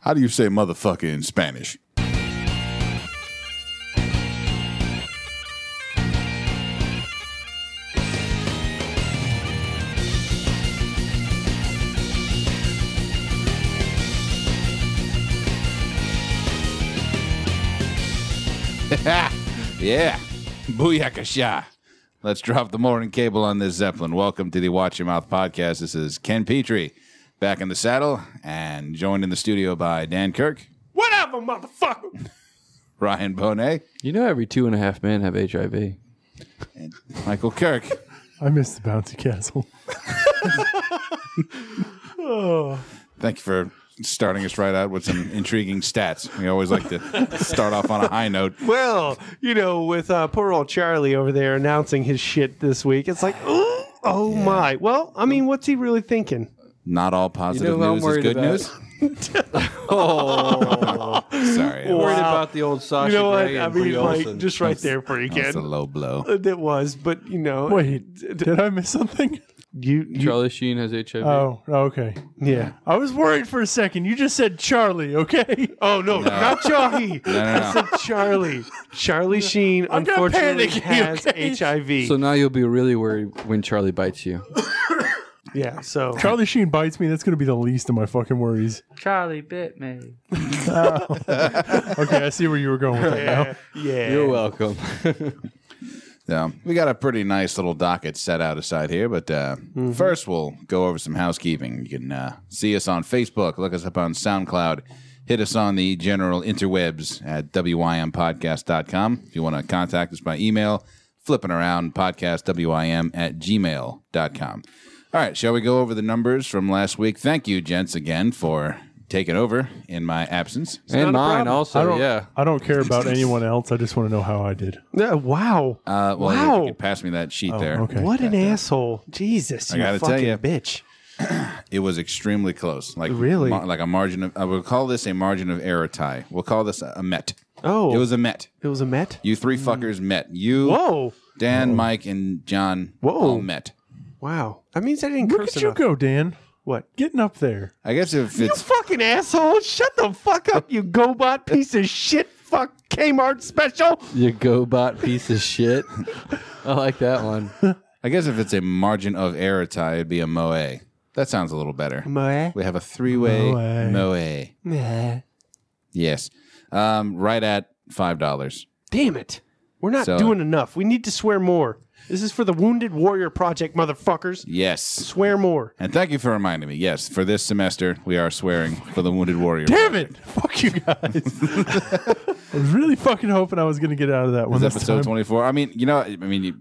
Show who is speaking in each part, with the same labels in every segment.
Speaker 1: How do you say motherfucker in Spanish? yeah. Booyakasha. Let's drop the morning cable on this Zeppelin. Welcome to the Watch Your Mouth podcast. This is Ken Petrie back in the saddle and joined in the studio by Dan Kirk,
Speaker 2: Whatever, motherfucker.
Speaker 1: Ryan Bonet,
Speaker 3: You know, every two and a half men have HIV.
Speaker 1: and Michael Kirk.
Speaker 4: I miss the bouncy castle.
Speaker 1: Thank you for starting us right out with some intriguing stats. We always like to start off on a high note.
Speaker 2: Well, you know, with uh, poor old Charlie over there announcing his shit this week, it's like, ooh, oh my. Well, I mean, what's he really thinking?
Speaker 1: Not all positive
Speaker 3: You know who I'm
Speaker 1: news is
Speaker 3: worried
Speaker 1: good
Speaker 3: about?
Speaker 1: news.
Speaker 3: Oh,
Speaker 1: Sorry.
Speaker 2: Wow.
Speaker 3: worried about the old Sasha
Speaker 2: You know what?
Speaker 3: Grey
Speaker 2: I
Speaker 3: and
Speaker 2: mean,
Speaker 3: Brie
Speaker 2: like,
Speaker 3: Olsen.
Speaker 2: just right there for you,
Speaker 1: That's a
Speaker 2: Ken.
Speaker 1: low blow.
Speaker 2: It was, but you know,
Speaker 4: Wait, did I miss something?
Speaker 2: you, you
Speaker 3: Charlie Sheen has HIV.
Speaker 4: Oh, okay.
Speaker 2: yeah.
Speaker 4: I was worried for a second. You just said Charlie, okay?
Speaker 2: Oh no, not Charlie.
Speaker 1: no,
Speaker 2: I
Speaker 1: no.
Speaker 2: said Charlie. Charlie Sheen,
Speaker 4: I'm gonna
Speaker 2: unfortunately,
Speaker 4: panic,
Speaker 2: has
Speaker 4: okay?
Speaker 2: HIV.
Speaker 3: So now you'll be really worried when Charlie bites you.
Speaker 2: yeah. So
Speaker 4: Charlie Sheen bites me. That's going to be the least of my fucking worries.
Speaker 5: Charlie bit me.
Speaker 4: Okay, I see where you were going with that now.
Speaker 2: yeah, yeah.
Speaker 3: You're welcome.
Speaker 1: Yeah, we got a pretty nice little docket set out aside here, but uh, first we'll go over some housekeeping. You can uh, see us on Facebook, look us up on SoundCloud, hit us on the general interwebs at wympodcast.com. If you want to contact us by email, flipping around podcast wim at gmail.com. All right, shall we go over the numbers from last week? Thank you, gents, again for taking over in my absence.
Speaker 3: and mine
Speaker 4: I
Speaker 3: also,
Speaker 4: don't,
Speaker 3: yeah.
Speaker 4: I don't care about anyone else. I just want to know how I did.
Speaker 2: Yeah, wow.
Speaker 1: Uh, well, if you
Speaker 2: wow.
Speaker 1: could pass me that sheet there.
Speaker 4: okay.
Speaker 2: What an asshole. Jesus, you
Speaker 1: gotta tell
Speaker 2: fucking
Speaker 1: ya.
Speaker 2: bitch.
Speaker 1: It was extremely close. Like
Speaker 2: Really?
Speaker 1: mar- like a margin of. I will call this a margin of error tie. We'll call this a, a met.
Speaker 2: Oh.
Speaker 1: It was a met.
Speaker 2: It was a Met?
Speaker 1: You three fuckers met. You,
Speaker 2: Whoa.
Speaker 1: Dan, Mike, and John
Speaker 2: Whoa.
Speaker 1: all met.
Speaker 2: Wow. That means I didn't
Speaker 4: Look
Speaker 2: curse
Speaker 4: at you
Speaker 2: enough.
Speaker 4: go, Dan.
Speaker 2: What?
Speaker 4: Getting up there.
Speaker 1: I guess if
Speaker 2: You
Speaker 1: it's
Speaker 2: fucking asshole. Shut the fuck up, you GoBot piece of shit fuck Kmart special.
Speaker 3: You GoBot piece of shit. I like that one.
Speaker 1: I guess if it's a margin of error tie, it'd be a moe. That sounds a little better.
Speaker 2: Meh.
Speaker 1: We have a three way
Speaker 4: Moe.
Speaker 1: moe.
Speaker 2: Meh.
Speaker 1: Yes, um, right at five dollars.
Speaker 2: Damn it. We're not
Speaker 1: So-
Speaker 2: doing enough. We need to swear more. This is for the Wounded Warrior Project, motherfuckers.
Speaker 1: Yes,
Speaker 2: Swear more.
Speaker 1: and thank you for reminding me. Yes, for this semester we are swearing for the wounded warrior.
Speaker 4: Damn it. Fuck you guys. I was really fucking hoping I was going to get out of that one.
Speaker 1: It's
Speaker 4: This
Speaker 1: episode
Speaker 4: time.
Speaker 1: 24. I mean, you know, I mean, you,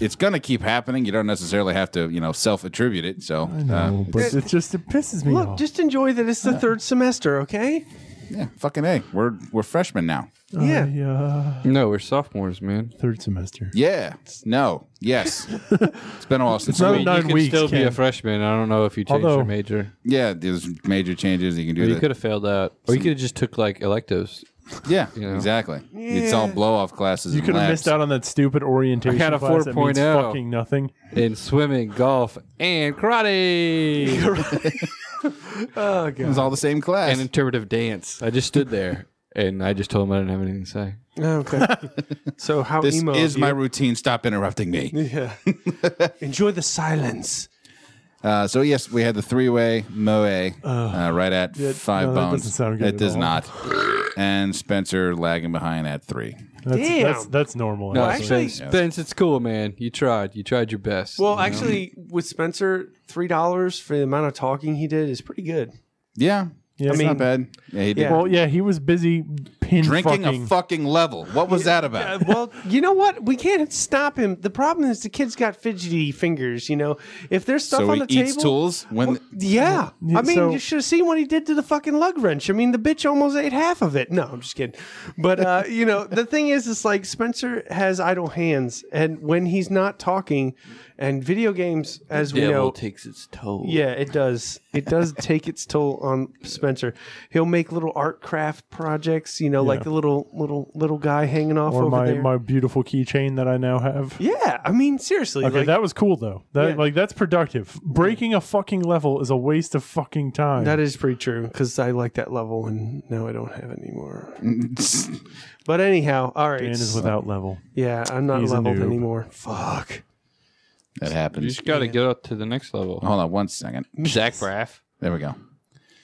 Speaker 1: it's going to keep happening. You don't necessarily have to, you know, self attribute it. So,
Speaker 4: I know,
Speaker 1: uh,
Speaker 4: but it just it pisses me
Speaker 2: Look,
Speaker 4: off.
Speaker 2: just enjoy that it's the third semester, okay?
Speaker 1: yeah, fucking A. We're, we're freshmen now.
Speaker 2: Yeah.
Speaker 4: I, uh,
Speaker 3: No, we're sophomores, man.
Speaker 4: third semester.
Speaker 1: Yeah. No. Yes. it's been a while since
Speaker 4: not
Speaker 1: we.
Speaker 4: a Nine
Speaker 3: you can
Speaker 4: weeks,
Speaker 3: still be
Speaker 4: Ken.
Speaker 3: a freshman. I don't know if you changed
Speaker 4: Although-
Speaker 3: your major.
Speaker 1: Yeah, there's major changes. You can
Speaker 3: Or
Speaker 1: do
Speaker 3: you could
Speaker 1: that.
Speaker 3: have failed out. Or you could have just took like electives.
Speaker 1: Yeah,
Speaker 3: know.
Speaker 1: exactly. It's all blow off classes.
Speaker 4: You
Speaker 1: and
Speaker 4: could have
Speaker 1: labs.
Speaker 4: missed out on that stupid orientation.
Speaker 3: I had a
Speaker 4: class that means
Speaker 3: 4.0.
Speaker 4: Fucking nothing.
Speaker 3: In swimming, golf, and karate.
Speaker 1: It was all the same class.
Speaker 3: and interpretive dance. I just stood there and I just told him I didn't have anything to say.
Speaker 2: Okay. so how
Speaker 1: this
Speaker 2: emo
Speaker 1: is
Speaker 2: of you.
Speaker 1: my routine. Stop interrupting me.
Speaker 2: Yeah. Enjoy the silence.
Speaker 1: Uh, so yes, we had the three-way moe uh, right at five
Speaker 4: no, that
Speaker 1: bones.
Speaker 4: doesn't sound good
Speaker 1: It
Speaker 4: at
Speaker 1: does
Speaker 4: all.
Speaker 1: not. and Spencer lagging behind at three.
Speaker 4: That's,
Speaker 2: Damn.
Speaker 4: That's, that's normal.
Speaker 3: No,
Speaker 4: actually.
Speaker 2: actually-
Speaker 3: Spence, Spence, it's cool, man. You tried. You tried your best.
Speaker 2: Well, actually, with Spencer, three dollars for the amount of talking he did is pretty good.
Speaker 1: Yeah,
Speaker 4: Yeah,
Speaker 1: it's
Speaker 4: I
Speaker 1: not
Speaker 4: mean-
Speaker 1: bad. Yeah, he did.
Speaker 2: Yeah.
Speaker 4: Well, yeah, he was busy pin
Speaker 1: Drinking
Speaker 4: fucking.
Speaker 1: a fucking level. What was that about?
Speaker 2: Uh, well, you know what? We can't stop him. The problem is the kid's got fidgety fingers. You know, if there's stuff
Speaker 1: so
Speaker 2: on
Speaker 1: he
Speaker 2: the
Speaker 1: eats
Speaker 2: table,
Speaker 1: tools when.
Speaker 2: yeah.
Speaker 4: Yeah,
Speaker 2: I mean,
Speaker 4: so-
Speaker 2: you should have seen what he did to the fucking lug wrench. I mean, the bitch almost ate half of it. No, I'm just kidding. But uh, you know, the thing is, it's like Spencer has idle hands, and when he's not talking, and video games, as we know,
Speaker 3: takes its toll.
Speaker 2: Yeah, it does. It does take its toll on Spencer. He'll make little art craft projects, you know, like the little little little guy hanging off
Speaker 4: or
Speaker 2: over
Speaker 4: my,
Speaker 2: there.
Speaker 4: my beautiful keychain that I now have.
Speaker 2: yeah, I mean, seriously,
Speaker 4: Okay,
Speaker 2: like,
Speaker 4: that was cool though. That
Speaker 2: Yeah.
Speaker 4: like that's productive. Breaking a fucking level is a waste of fucking time.
Speaker 2: that is pretty true because I like that level, and now I don't have it anymore. But anyhow, all right,
Speaker 4: Dan is without level.
Speaker 2: yeah, I'm not
Speaker 4: He's a
Speaker 2: leveled
Speaker 4: noob.
Speaker 2: anymore. Fuck.
Speaker 1: that
Speaker 3: You
Speaker 1: happens.
Speaker 3: just got to get up to the next level.
Speaker 1: Hold on one second.
Speaker 3: Zach Braff.
Speaker 1: There we go.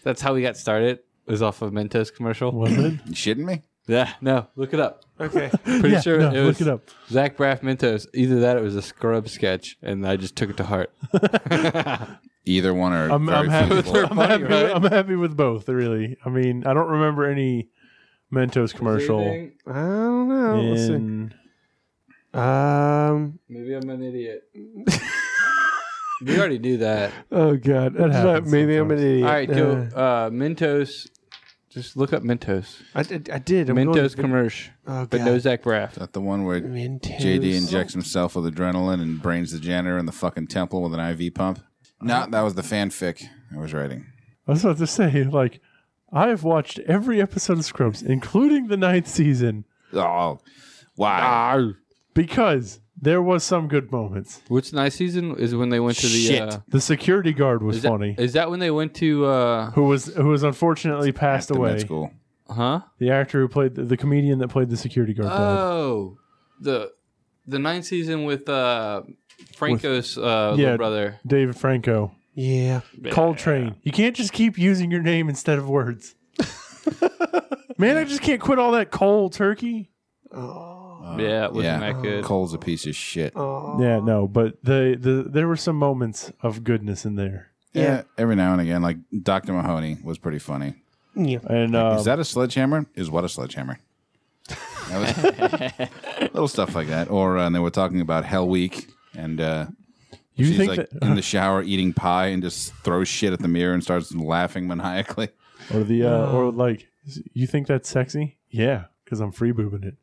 Speaker 3: That's how we got started. It was off of Mentos commercial.
Speaker 4: Was it?
Speaker 1: You shitting me?
Speaker 3: Yeah, no, look it up.
Speaker 2: Okay.
Speaker 3: Pretty
Speaker 4: Yeah,
Speaker 3: sure
Speaker 4: no,
Speaker 3: it was
Speaker 4: look it up.
Speaker 3: Zach Braff Mentos. Either that, or it was a scrub sketch, and I just took it to heart.
Speaker 1: Either one or
Speaker 4: I'm,
Speaker 1: very
Speaker 4: I'm happy.
Speaker 1: few
Speaker 4: With,
Speaker 1: people.
Speaker 4: I'm,
Speaker 3: Funny,
Speaker 4: happy
Speaker 3: right?
Speaker 4: I'm happy with both. Really. I mean, I don't remember any Mentos commercial.
Speaker 3: Anything?
Speaker 2: I don't know. Oh, Let's see.
Speaker 4: in-
Speaker 2: Um.
Speaker 3: Maybe I'm an idiot. we already knew that.
Speaker 2: Oh God.
Speaker 4: That happens
Speaker 2: maybe I'm an
Speaker 4: sometimes.
Speaker 2: idiot.
Speaker 3: All right,
Speaker 2: Uh,
Speaker 3: go. Uh, Mentos. Just look up Mentos.
Speaker 2: I, did- I did. I'm going
Speaker 3: Mentos
Speaker 2: to-
Speaker 3: commercial,
Speaker 2: Oh,
Speaker 3: but
Speaker 2: God.
Speaker 3: no Zach Braff.
Speaker 1: That the one where
Speaker 2: Mentos.
Speaker 1: JD injects himself with adrenaline and brains the janitor in the fucking temple with an IV pump.
Speaker 4: Uh-huh.
Speaker 1: No, that was the fanfic I was writing.
Speaker 4: I was about to say, like, I have watched every episode of Scrubs, including the ninth season,
Speaker 1: Oh, why?
Speaker 4: Ah, because there was some good moments.
Speaker 3: What's nice season is when they went to the.
Speaker 1: Shit.
Speaker 3: Uh,
Speaker 4: The security guard was
Speaker 3: is, that-
Speaker 4: funny,
Speaker 3: is that when they went to? uh
Speaker 4: who was who was unfortunately passed
Speaker 1: The med
Speaker 4: away.
Speaker 1: school.
Speaker 3: Huh?
Speaker 4: The actor who played the, the comedian that played the security guard. died.
Speaker 3: Oh, the the ninth season with uh Franco's uh,
Speaker 4: Yeah.
Speaker 3: little brother.
Speaker 4: David Franco.
Speaker 2: Yeah.
Speaker 4: Coltrane. You can't just keep using your name instead of words. Man, I just can't quit all that cold turkey.
Speaker 1: Uh,
Speaker 3: Yeah, it wasn't that good.
Speaker 1: Cole's a piece of shit.
Speaker 2: Oh.
Speaker 4: Yeah, no, but the, the there were some moments of goodness in there.
Speaker 1: yeah.
Speaker 2: Yeah.
Speaker 1: every now and again, like Doctor Mahoney was pretty funny.
Speaker 2: Yeah.
Speaker 4: And uh,
Speaker 1: Is that a sledgehammer? Is what a sledgehammer? That was- little stuff like that. Or uh, and they were talking about Hell Week, and uh,
Speaker 4: you
Speaker 1: she's
Speaker 4: think
Speaker 1: like
Speaker 4: that
Speaker 1: in the shower eating pie and just throws shit at the mirror and starts laughing maniacally.
Speaker 4: or the uh, or like you think that's sexy? Yeah, because I'm free boobing it.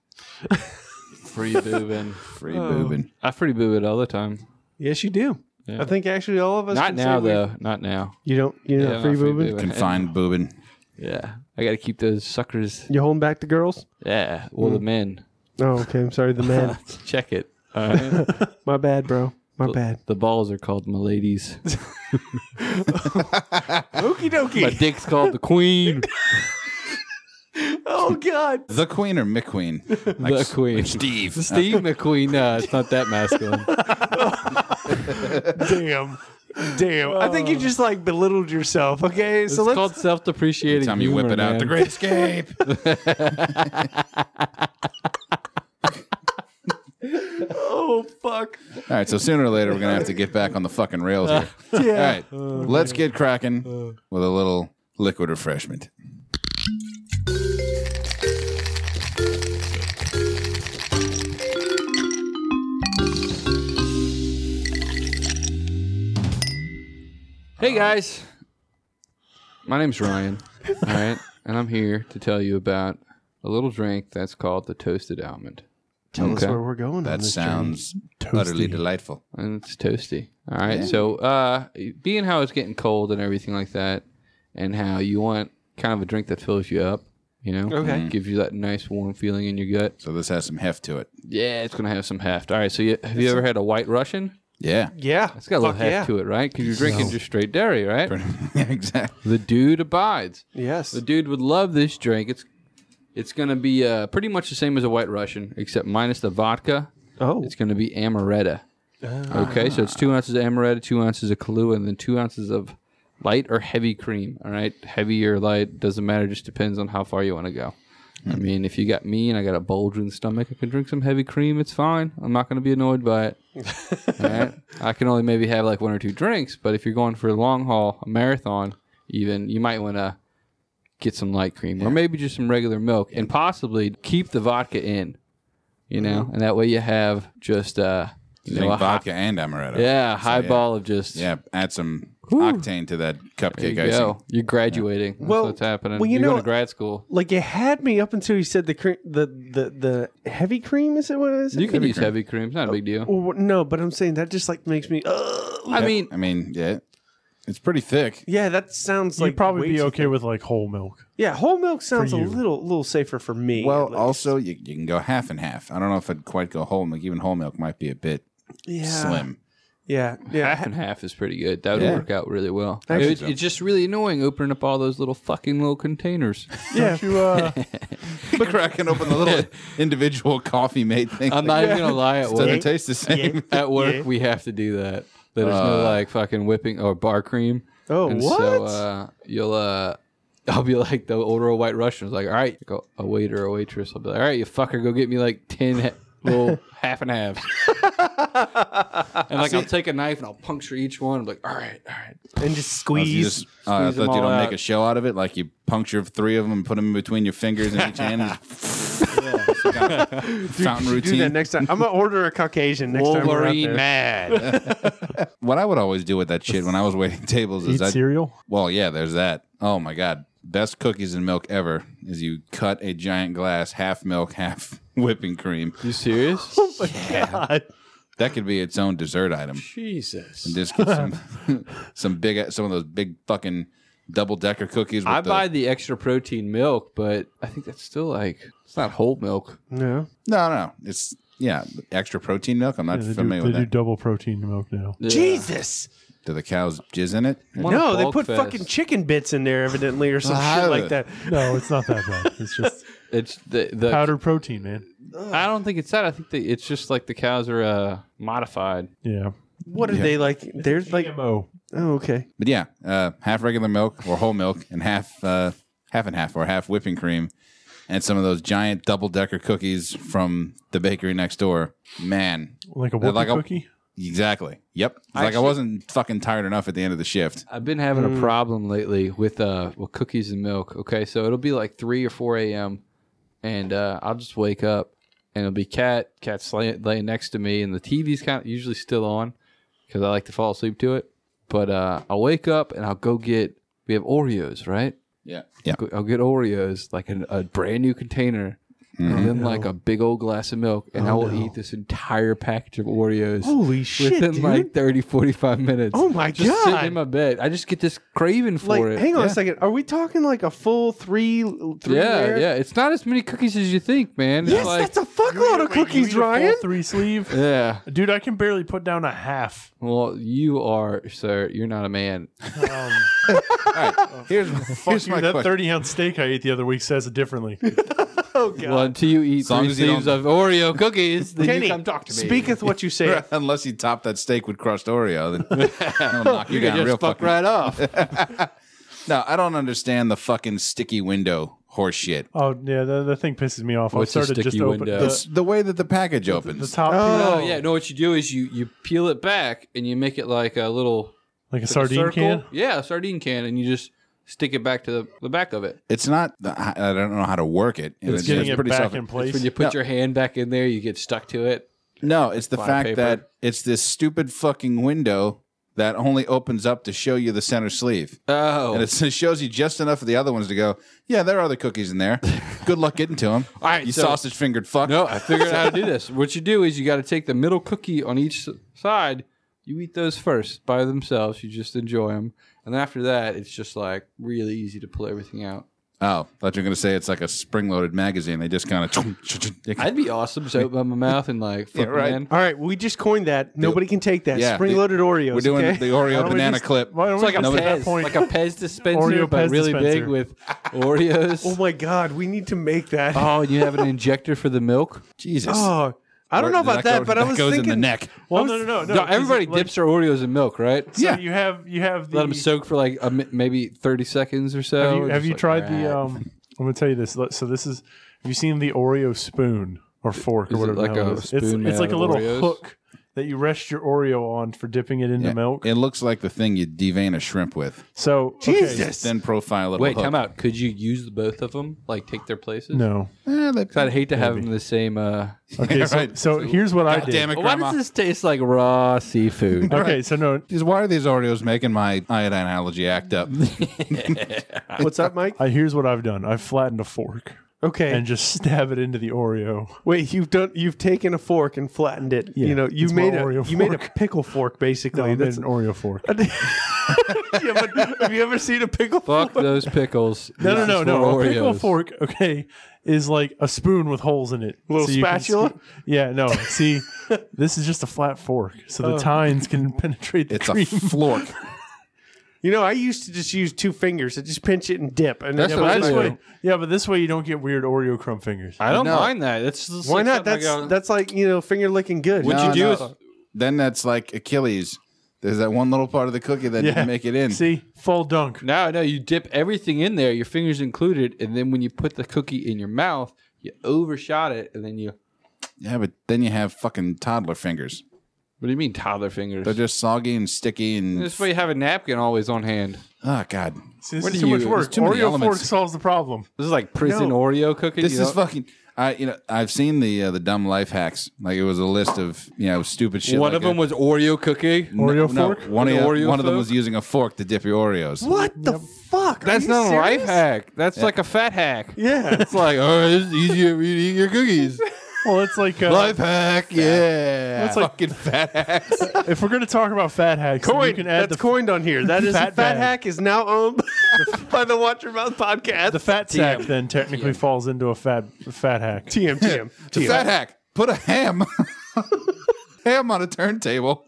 Speaker 3: Free boobin.
Speaker 1: Free
Speaker 3: Oh.
Speaker 1: boobin.
Speaker 3: I free boob it all the time.
Speaker 2: Yes, you do. I think actually all of us.
Speaker 3: Not
Speaker 2: can say
Speaker 3: now
Speaker 2: we-
Speaker 3: though. Not now.
Speaker 2: You don't. You're
Speaker 3: Yeah,
Speaker 2: not
Speaker 3: not
Speaker 2: free
Speaker 3: free
Speaker 2: boobing.
Speaker 3: boobing.
Speaker 1: Confined boobin.
Speaker 3: Yeah, I got to keep those suckers.
Speaker 2: You're holding back the girls.
Speaker 3: Yeah, well the men.
Speaker 2: Oh, okay. I'm sorry. The man.
Speaker 3: Check it. All right.
Speaker 2: My bad, bro. My bad.
Speaker 3: the balls are called miladies.
Speaker 2: Okie
Speaker 3: My
Speaker 2: dokie.
Speaker 3: dick's called the queen.
Speaker 2: Oh God.
Speaker 1: The Queen or McQueen? Like
Speaker 3: The
Speaker 1: S-
Speaker 3: queen.
Speaker 1: like Steve.
Speaker 3: Steve McQueen. No, it's not that masculine.
Speaker 2: Damn. Damn. I think you just like belittled yourself. Okay.
Speaker 3: It's
Speaker 2: So let's.
Speaker 3: called self-depreciating.
Speaker 1: Time you whip
Speaker 3: humor,
Speaker 1: it out. The
Speaker 3: man.
Speaker 1: Great Escape.
Speaker 2: oh fuck.
Speaker 1: All right, so sooner or later we're gonna have to get back on the fucking rails here. All
Speaker 2: Yeah.
Speaker 1: right, let's get cracking with a little liquid refreshment.
Speaker 3: Hey guys, my name's Ryan. all right, and I'm here to tell you about a little drink that's called the toasted almond,
Speaker 2: Tell us
Speaker 3: Okay.
Speaker 2: where we're going. on
Speaker 1: That
Speaker 2: this
Speaker 1: sounds utterly delightful.
Speaker 3: and it's toasty. All right, so uh, being how it's getting cold and everything like that, and how you want kind of a drink that fills you up, you know,
Speaker 2: Okay.
Speaker 3: gives you that nice warm feeling in your gut.
Speaker 1: So this has some heft to it.
Speaker 3: Yeah, it's gonna have some heft. All right, so you, have you ever had a White Russian?
Speaker 1: Yeah,
Speaker 2: journey. Yeah.
Speaker 3: It's got a little
Speaker 2: Fuck
Speaker 3: heft
Speaker 2: yeah.
Speaker 3: to it, right? Because you're drinking just straight dairy, right?
Speaker 1: exactly.
Speaker 3: The dude abides.
Speaker 2: Yes.
Speaker 3: The dude would love this drink. It's it's gonna be uh, pretty much the same as a White Russian, except minus the vodka.
Speaker 2: Oh.
Speaker 3: It's gonna be amaretto. Okay, so it's two ounces of amaretto, two ounces of Kahlua, and then two ounces of light or heavy cream. All right, heavy or light doesn't matter. Just depends on how far you want to go. I mean, if you got me and I got a bulging stomach, I can drink some heavy cream. It's fine. I'm not going to be annoyed by it. All right? I can only maybe have like one or two drinks, but if you're going for a long haul, a marathon, even you might want to get some light cream or maybe just some regular milk and possibly keep the vodka in. You know, and that way you have just uh, you know,
Speaker 1: Drink
Speaker 3: a hi-
Speaker 1: vodka and amaretto.
Speaker 3: yeah, highball of just
Speaker 1: yeah. Add some octane to that
Speaker 3: There you
Speaker 1: cupcake icing.
Speaker 3: go. You're graduating. That's
Speaker 2: Well,
Speaker 3: what's happening.
Speaker 2: well, you
Speaker 3: you are
Speaker 2: know-
Speaker 3: going to grad school.
Speaker 2: like you had me up until you said the cre- the the the heavy cream is it what it is?
Speaker 3: You can use heavy cream. It's not a big deal.
Speaker 2: Well, no, but I'm saying that just like makes me. Uh,
Speaker 3: I mean,
Speaker 1: I mean, yeah. It's pretty thick.
Speaker 2: Yeah, that sounds like
Speaker 4: You'd probably
Speaker 2: way
Speaker 4: be
Speaker 2: too-
Speaker 4: okay with like whole milk.
Speaker 2: Yeah, whole milk sounds a
Speaker 4: you.
Speaker 2: little little safer for me.
Speaker 1: Well,
Speaker 2: Like,
Speaker 1: also you, you can go half and half. I don't know if I'd quite go whole milk. Even whole milk might be a bit
Speaker 2: yeah,
Speaker 1: slim.
Speaker 2: Yeah, yeah.
Speaker 3: half and half is pretty good. That would
Speaker 1: Yeah.
Speaker 3: work out really well.
Speaker 1: I think
Speaker 3: It-
Speaker 1: so.
Speaker 3: It's just really annoying opening up all those little fucking little containers.
Speaker 4: Yeah. You, uh,
Speaker 1: Cracking open the little individual coffee made thing.
Speaker 3: I'm not even gonna lie. At
Speaker 1: doesn't
Speaker 3: work,
Speaker 1: taste the same.
Speaker 3: at work we have to do that. There's no like fucking whipping or bar cream.
Speaker 2: Oh,
Speaker 3: and
Speaker 2: what?
Speaker 3: So uh, you'll uh, I'll be like the older White Russian. is like, all right, go, a waiter, a waitress. I'll be like, all right, you fucker, go get me like ten ha- little half and halves. and like I'll take a knife and I'll puncture each one. I'm like, all right, all right.
Speaker 2: and just
Speaker 1: Oh, so you
Speaker 2: squeeze.
Speaker 1: just- oh, I
Speaker 3: squeeze them
Speaker 1: thought you
Speaker 3: all
Speaker 1: don't
Speaker 3: out.
Speaker 1: make a show out of it. Like you puncture three of them and put them in between your fingers in each hand. and just- It's like a fountain
Speaker 2: Do that
Speaker 1: routine.
Speaker 2: next time. I'm gonna order a Caucasian next time we're
Speaker 3: Wolverine
Speaker 2: out there.
Speaker 3: mad.
Speaker 1: what I would always do with that shit when I was waiting tables
Speaker 4: eat
Speaker 1: is I
Speaker 4: cereal.
Speaker 1: well yeah there's that oh my god best cookies and milk ever is you cut a giant glass half milk half whipping cream
Speaker 3: you serious?
Speaker 2: God.
Speaker 1: that could be its own dessert item
Speaker 3: Jesus.
Speaker 1: just get some some big some of those big fucking double decker cookies with
Speaker 3: I
Speaker 1: the-
Speaker 3: buy the extra protein milk, but I think that's still like it's not whole milk.
Speaker 2: No.
Speaker 1: no no it's yeah extra protein milk I'm not
Speaker 4: They, do,
Speaker 1: familiar
Speaker 4: they
Speaker 1: with
Speaker 4: do
Speaker 1: that
Speaker 4: double protein milk now.
Speaker 2: Jesus.
Speaker 1: do the cows jizz in it
Speaker 3: What a
Speaker 2: No, they
Speaker 3: bulk
Speaker 2: put
Speaker 3: fest.
Speaker 2: fucking chicken bits in there, evidently, or some shit like that.
Speaker 4: No, it's not that bad. It's just
Speaker 3: It's the, the
Speaker 4: powdered protein, man.
Speaker 3: I don't think it's that. I think the, it's just like the cows are uh, modified.
Speaker 4: Yeah.
Speaker 2: What are they like? They're like,
Speaker 4: GMO.
Speaker 2: oh, okay.
Speaker 1: but yeah uh, half regular milk or whole milk and half uh, half and half or half whipping cream and some of those giant double decker cookies from the bakery next door man
Speaker 4: Like a
Speaker 1: They're
Speaker 4: whoopie
Speaker 1: like a-
Speaker 4: cookie?
Speaker 1: Exactly. Yep. It's like I wasn't fucking tired enough at the end of the shift.
Speaker 3: I've been having a problem lately with uh with cookies and milk. Okay, so it'll be like three or four a.m. and uh, I'll just wake up and it'll be cat cat's laying, laying next to me and the TV's kind of usually still on because I like to fall asleep to it. But uh, I'll wake up and I'll go get we have Oreos right.
Speaker 1: Yeah. Yeah.
Speaker 3: Go- I'll get Oreos like an, a brand new container.
Speaker 1: Mm.
Speaker 2: Oh,
Speaker 3: And then like a big old glass of milk, and I will eat this entire package of Oreos.
Speaker 2: Holy Oh, shit,
Speaker 3: Within
Speaker 2: dude.
Speaker 3: like 30, 45 minutes.
Speaker 2: Oh my
Speaker 3: just
Speaker 2: God.
Speaker 3: sitting in my bed. I just get this craving for
Speaker 2: Like,
Speaker 3: it.
Speaker 2: hang on a
Speaker 1: Yeah.
Speaker 2: second. Are we talking like a full three? three
Speaker 3: yeah,
Speaker 2: layer?
Speaker 3: yeah. It's not as many cookies as you think, man.
Speaker 2: Yes,
Speaker 3: It's like,
Speaker 2: that's a fuckload of cookies, Ryan.
Speaker 4: Three sleeve.
Speaker 3: yeah.
Speaker 4: Dude, I can barely put down a half.
Speaker 3: Well, you are, sir. You're not a man.
Speaker 4: Um,
Speaker 1: All right. Here's,
Speaker 4: fuck
Speaker 1: here's
Speaker 4: you.
Speaker 1: my
Speaker 4: That
Speaker 1: question.
Speaker 4: 30 ounce steak I ate the other week says it differently.
Speaker 2: Oh god.
Speaker 3: Well, until you eat
Speaker 1: As long
Speaker 3: three
Speaker 1: as you
Speaker 3: sleeves
Speaker 1: don't-
Speaker 3: of Oreo cookies, then
Speaker 2: Kenny,
Speaker 3: you come talk to me.
Speaker 2: speaketh what you say.
Speaker 1: Unless you top that steak with crushed Oreo, then that'll knock you
Speaker 3: you
Speaker 1: down
Speaker 3: just
Speaker 1: real
Speaker 3: fuck
Speaker 1: fucking.
Speaker 3: right off.
Speaker 1: No, I don't understand the fucking sticky window horseshit.
Speaker 4: oh, yeah. The, the thing pisses me off.
Speaker 3: What's a
Speaker 4: I started just
Speaker 3: sticky
Speaker 4: open
Speaker 3: window?
Speaker 1: It's
Speaker 4: the,
Speaker 1: the way that the package opens.
Speaker 4: Uh, the top
Speaker 3: Oh
Speaker 2: Oh.
Speaker 3: yeah, no. What you do is you you peel it back and you make it like a little
Speaker 4: like
Speaker 3: like
Speaker 4: a
Speaker 3: a
Speaker 4: sardine
Speaker 3: circle.
Speaker 4: can.
Speaker 3: Yeah, a sardine can, and you just stick it back to the, the back of it.
Speaker 1: it's not. The, I I don't know how to work it. and
Speaker 4: It's getting it back
Speaker 1: self-
Speaker 4: in place.
Speaker 3: When you put
Speaker 1: No.
Speaker 3: your hand back in there, you get stuck to it.
Speaker 1: No, it's the
Speaker 3: Flat
Speaker 1: fact
Speaker 3: paper.
Speaker 1: that it's this stupid fucking window that only opens up to show you the center sleeve.
Speaker 3: Oh,
Speaker 1: And it's, it shows you just enough of the other ones to go, yeah, there are other cookies in there. Good luck getting to them.
Speaker 3: All right,
Speaker 1: you
Speaker 3: so-
Speaker 1: sausage fingered fuck.
Speaker 3: No, I figured out how to do this. What you do is you got to take the middle cookie on each s- side. You eat those first by themselves. You just enjoy them, and then after that, it's just like really easy to pull everything out.
Speaker 1: Oh, thought you were going to say it's like a spring loaded magazine. They just kind of.
Speaker 3: That'd be awesome. Just open up my mouth and like, flip
Speaker 1: right.
Speaker 3: man.
Speaker 2: All right, we just coined that. Nobody can take that.
Speaker 1: Yeah,
Speaker 2: Spring loaded
Speaker 1: the-
Speaker 2: Oreos.
Speaker 1: We're doing
Speaker 2: okay?
Speaker 1: the Oreo
Speaker 4: don't we
Speaker 1: banana
Speaker 4: just-
Speaker 1: clip.
Speaker 4: Why don't
Speaker 3: It's like a
Speaker 4: we just at that
Speaker 3: Pez,
Speaker 4: point?
Speaker 3: like a Pez dispenser,
Speaker 4: Oreo
Speaker 3: but
Speaker 4: Pez
Speaker 3: really big
Speaker 4: dispenser.
Speaker 3: with Oreos.
Speaker 2: Oh my god, we need to make that. Oh,
Speaker 3: Oh, and you have an injector for the milk.
Speaker 1: Jesus.
Speaker 3: Oh,
Speaker 2: I don't know
Speaker 1: That
Speaker 2: about that,
Speaker 1: goes-
Speaker 2: but I was
Speaker 1: goes
Speaker 2: thinking
Speaker 1: in the neck.
Speaker 4: well, no, no, no, no.
Speaker 3: No,
Speaker 4: 'cause
Speaker 3: everybody
Speaker 4: it, like,
Speaker 3: dips their Oreos in milk, right?
Speaker 4: So
Speaker 1: Yeah.
Speaker 4: you have you have the
Speaker 3: Let them soak for like a, mi- maybe thirty seconds or so.
Speaker 4: Have you,
Speaker 3: It's
Speaker 4: have you
Speaker 3: like,
Speaker 4: tried
Speaker 3: "Rad."
Speaker 4: the? Um, I'm gonna tell you this. Let- So this is. Have you seen the Oreo spoon or fork
Speaker 3: Is
Speaker 4: or
Speaker 3: it
Speaker 4: whatever? the
Speaker 3: like
Speaker 4: hell
Speaker 3: a
Speaker 4: it is?
Speaker 3: spoon
Speaker 4: it's,
Speaker 3: made
Speaker 4: it's like
Speaker 3: out
Speaker 4: a
Speaker 3: of
Speaker 4: little
Speaker 3: Oreos?
Speaker 4: hook that you rest your Oreo on for dipping it into
Speaker 1: Yeah.
Speaker 4: milk.
Speaker 1: It looks like the thing you devein a shrimp with.
Speaker 4: so okay,
Speaker 2: Jesus.
Speaker 1: Thin profile of a
Speaker 3: Wait,
Speaker 1: hook.
Speaker 3: come out. Could you use the both of them? Like take their places?
Speaker 4: no.
Speaker 1: Eh, they-
Speaker 3: 'Cause I'd hate to have them the same. Uh,
Speaker 4: Okay.
Speaker 1: Yeah,
Speaker 4: so,
Speaker 1: right.
Speaker 4: so here's what I
Speaker 1: God
Speaker 4: did.
Speaker 1: damn it,
Speaker 3: why
Speaker 1: Grandma.
Speaker 3: does this taste like raw seafood?
Speaker 4: Okay. So no.
Speaker 1: Jeez, why are these Oreos making my iodine allergy act up?
Speaker 2: what's up, Mike?
Speaker 4: I, here's what I've done. I've flattened a fork.
Speaker 2: Okay.
Speaker 4: and just stab it into the Oreo.
Speaker 2: Wait, you've done you've taken a fork and flattened it.
Speaker 4: Yeah,
Speaker 2: you know, you
Speaker 4: it's my
Speaker 2: made a
Speaker 4: Oreo
Speaker 2: you made a
Speaker 4: fork.
Speaker 2: pickle fork
Speaker 4: No,
Speaker 2: basically.
Speaker 4: I made
Speaker 2: That's
Speaker 4: an Oreo fork.
Speaker 2: yeah, but have you ever seen a pickle
Speaker 3: Fuck those pickles.
Speaker 4: No, no,
Speaker 3: This
Speaker 4: no,
Speaker 3: is
Speaker 4: no.
Speaker 3: for
Speaker 4: A pickle
Speaker 3: Oreos.
Speaker 4: fork, okay, is like a spoon with holes in it.
Speaker 2: Little
Speaker 4: you can
Speaker 2: spatula?
Speaker 4: scoop- yeah, no. See, this is just a flat fork, so the tines can penetrate the
Speaker 1: It's a
Speaker 4: cream.
Speaker 1: flork.
Speaker 2: You know, I used to just use two fingers and just pinch it and dip. And
Speaker 3: That's
Speaker 2: yeah,
Speaker 4: yeah,
Speaker 3: what
Speaker 4: but
Speaker 3: I
Speaker 4: this
Speaker 3: do.
Speaker 4: way, yeah, but this way you don't get weird Oreo crumb fingers.
Speaker 3: I don't
Speaker 1: No.
Speaker 3: mind that. That's just
Speaker 2: why
Speaker 3: like
Speaker 2: not?
Speaker 3: something I
Speaker 2: That's
Speaker 3: go-
Speaker 2: that's like you know finger licking good.
Speaker 3: What you
Speaker 1: No,
Speaker 3: do
Speaker 1: no.
Speaker 3: is
Speaker 1: Then that's like Achilles. There's that one little part of the cookie that
Speaker 4: Yeah.
Speaker 1: didn't make it in.
Speaker 4: See, full dunk.
Speaker 3: No, no, you dip everything in there, your fingers included, and then when you put the cookie in your mouth, you overshot it, and then you.
Speaker 1: Yeah, but then you have fucking toddler fingers.
Speaker 3: What do you mean toddler fingers?
Speaker 1: They're just soggy and sticky and
Speaker 3: That's why you have a napkin always on hand.
Speaker 1: oh god.
Speaker 4: See, this
Speaker 3: What
Speaker 4: is
Speaker 3: do
Speaker 4: too
Speaker 3: you-
Speaker 4: much work.
Speaker 1: there's too many
Speaker 4: Oreo fork
Speaker 1: elements.
Speaker 4: solves the problem.
Speaker 3: This is like prison
Speaker 2: No.
Speaker 3: Oreo cooking.
Speaker 1: This
Speaker 3: you
Speaker 1: is
Speaker 3: know?
Speaker 1: fucking. I you know I've seen the uh, the dumb life hacks. Like it was a list of you know stupid shit.
Speaker 3: One
Speaker 1: like
Speaker 3: of them
Speaker 1: a,
Speaker 3: was Oreo cookie.
Speaker 4: Oreo fork?
Speaker 1: one of
Speaker 3: An
Speaker 1: the-
Speaker 3: Oreo
Speaker 1: one of them
Speaker 3: fork?
Speaker 1: was using a fork to dip your Oreos.
Speaker 2: What the fuck? Are
Speaker 3: That's
Speaker 2: you
Speaker 3: not a life
Speaker 2: serious?
Speaker 3: hack. That's like a fat hack.
Speaker 2: Yeah.
Speaker 3: It's like, oh, it's easier to eat your cookies.
Speaker 4: Well, it's like uh,
Speaker 1: Life hack, yeah.
Speaker 4: It's like-
Speaker 1: fucking fat hacks.
Speaker 4: if we're gonna talk about fat hacks, then you
Speaker 2: Coin.
Speaker 4: can add
Speaker 2: That's
Speaker 4: the,
Speaker 2: coined on here. That is fat,
Speaker 4: Fat bag.
Speaker 2: hack is now owned by the Watch Your Mouth podcast.
Speaker 4: the fat sack.
Speaker 3: TM.
Speaker 4: Then technically falls into a fat fat hack.
Speaker 2: TM TM
Speaker 1: The
Speaker 2: TM.
Speaker 1: fat hack. Put a ham, ham on a turntable.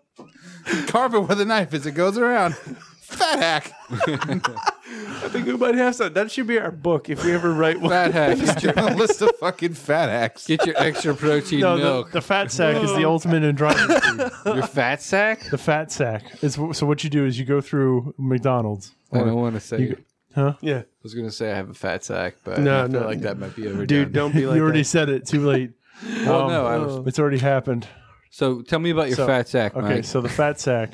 Speaker 1: Carve it with a knife as it goes around. Fat hack.
Speaker 2: I think we might have some. That should be our book if we ever write one.
Speaker 3: Fat hack.
Speaker 1: Give them a list of fucking fat hacks.
Speaker 3: Get your extra protein
Speaker 4: No, the,
Speaker 3: milk.
Speaker 4: the fat sack is the ultimate in driving food.
Speaker 3: your fat sack?
Speaker 4: The fat sack. Is so what you do is you go through McDonald's.
Speaker 3: I don't want to say.
Speaker 4: You-
Speaker 3: it. I
Speaker 2: Yeah,
Speaker 3: was gonna say I have a fat sack, but
Speaker 2: No,
Speaker 3: I feel
Speaker 2: no.
Speaker 3: like that might be overdone.
Speaker 2: dude, don't be like
Speaker 4: you already
Speaker 2: that.
Speaker 4: said it. Too late.
Speaker 3: Well,
Speaker 4: Um,
Speaker 3: no, I was
Speaker 4: It's already happened.
Speaker 3: So tell me about your
Speaker 4: So-
Speaker 3: fat sack,
Speaker 4: Okay,
Speaker 3: Mike.
Speaker 4: so the fat sack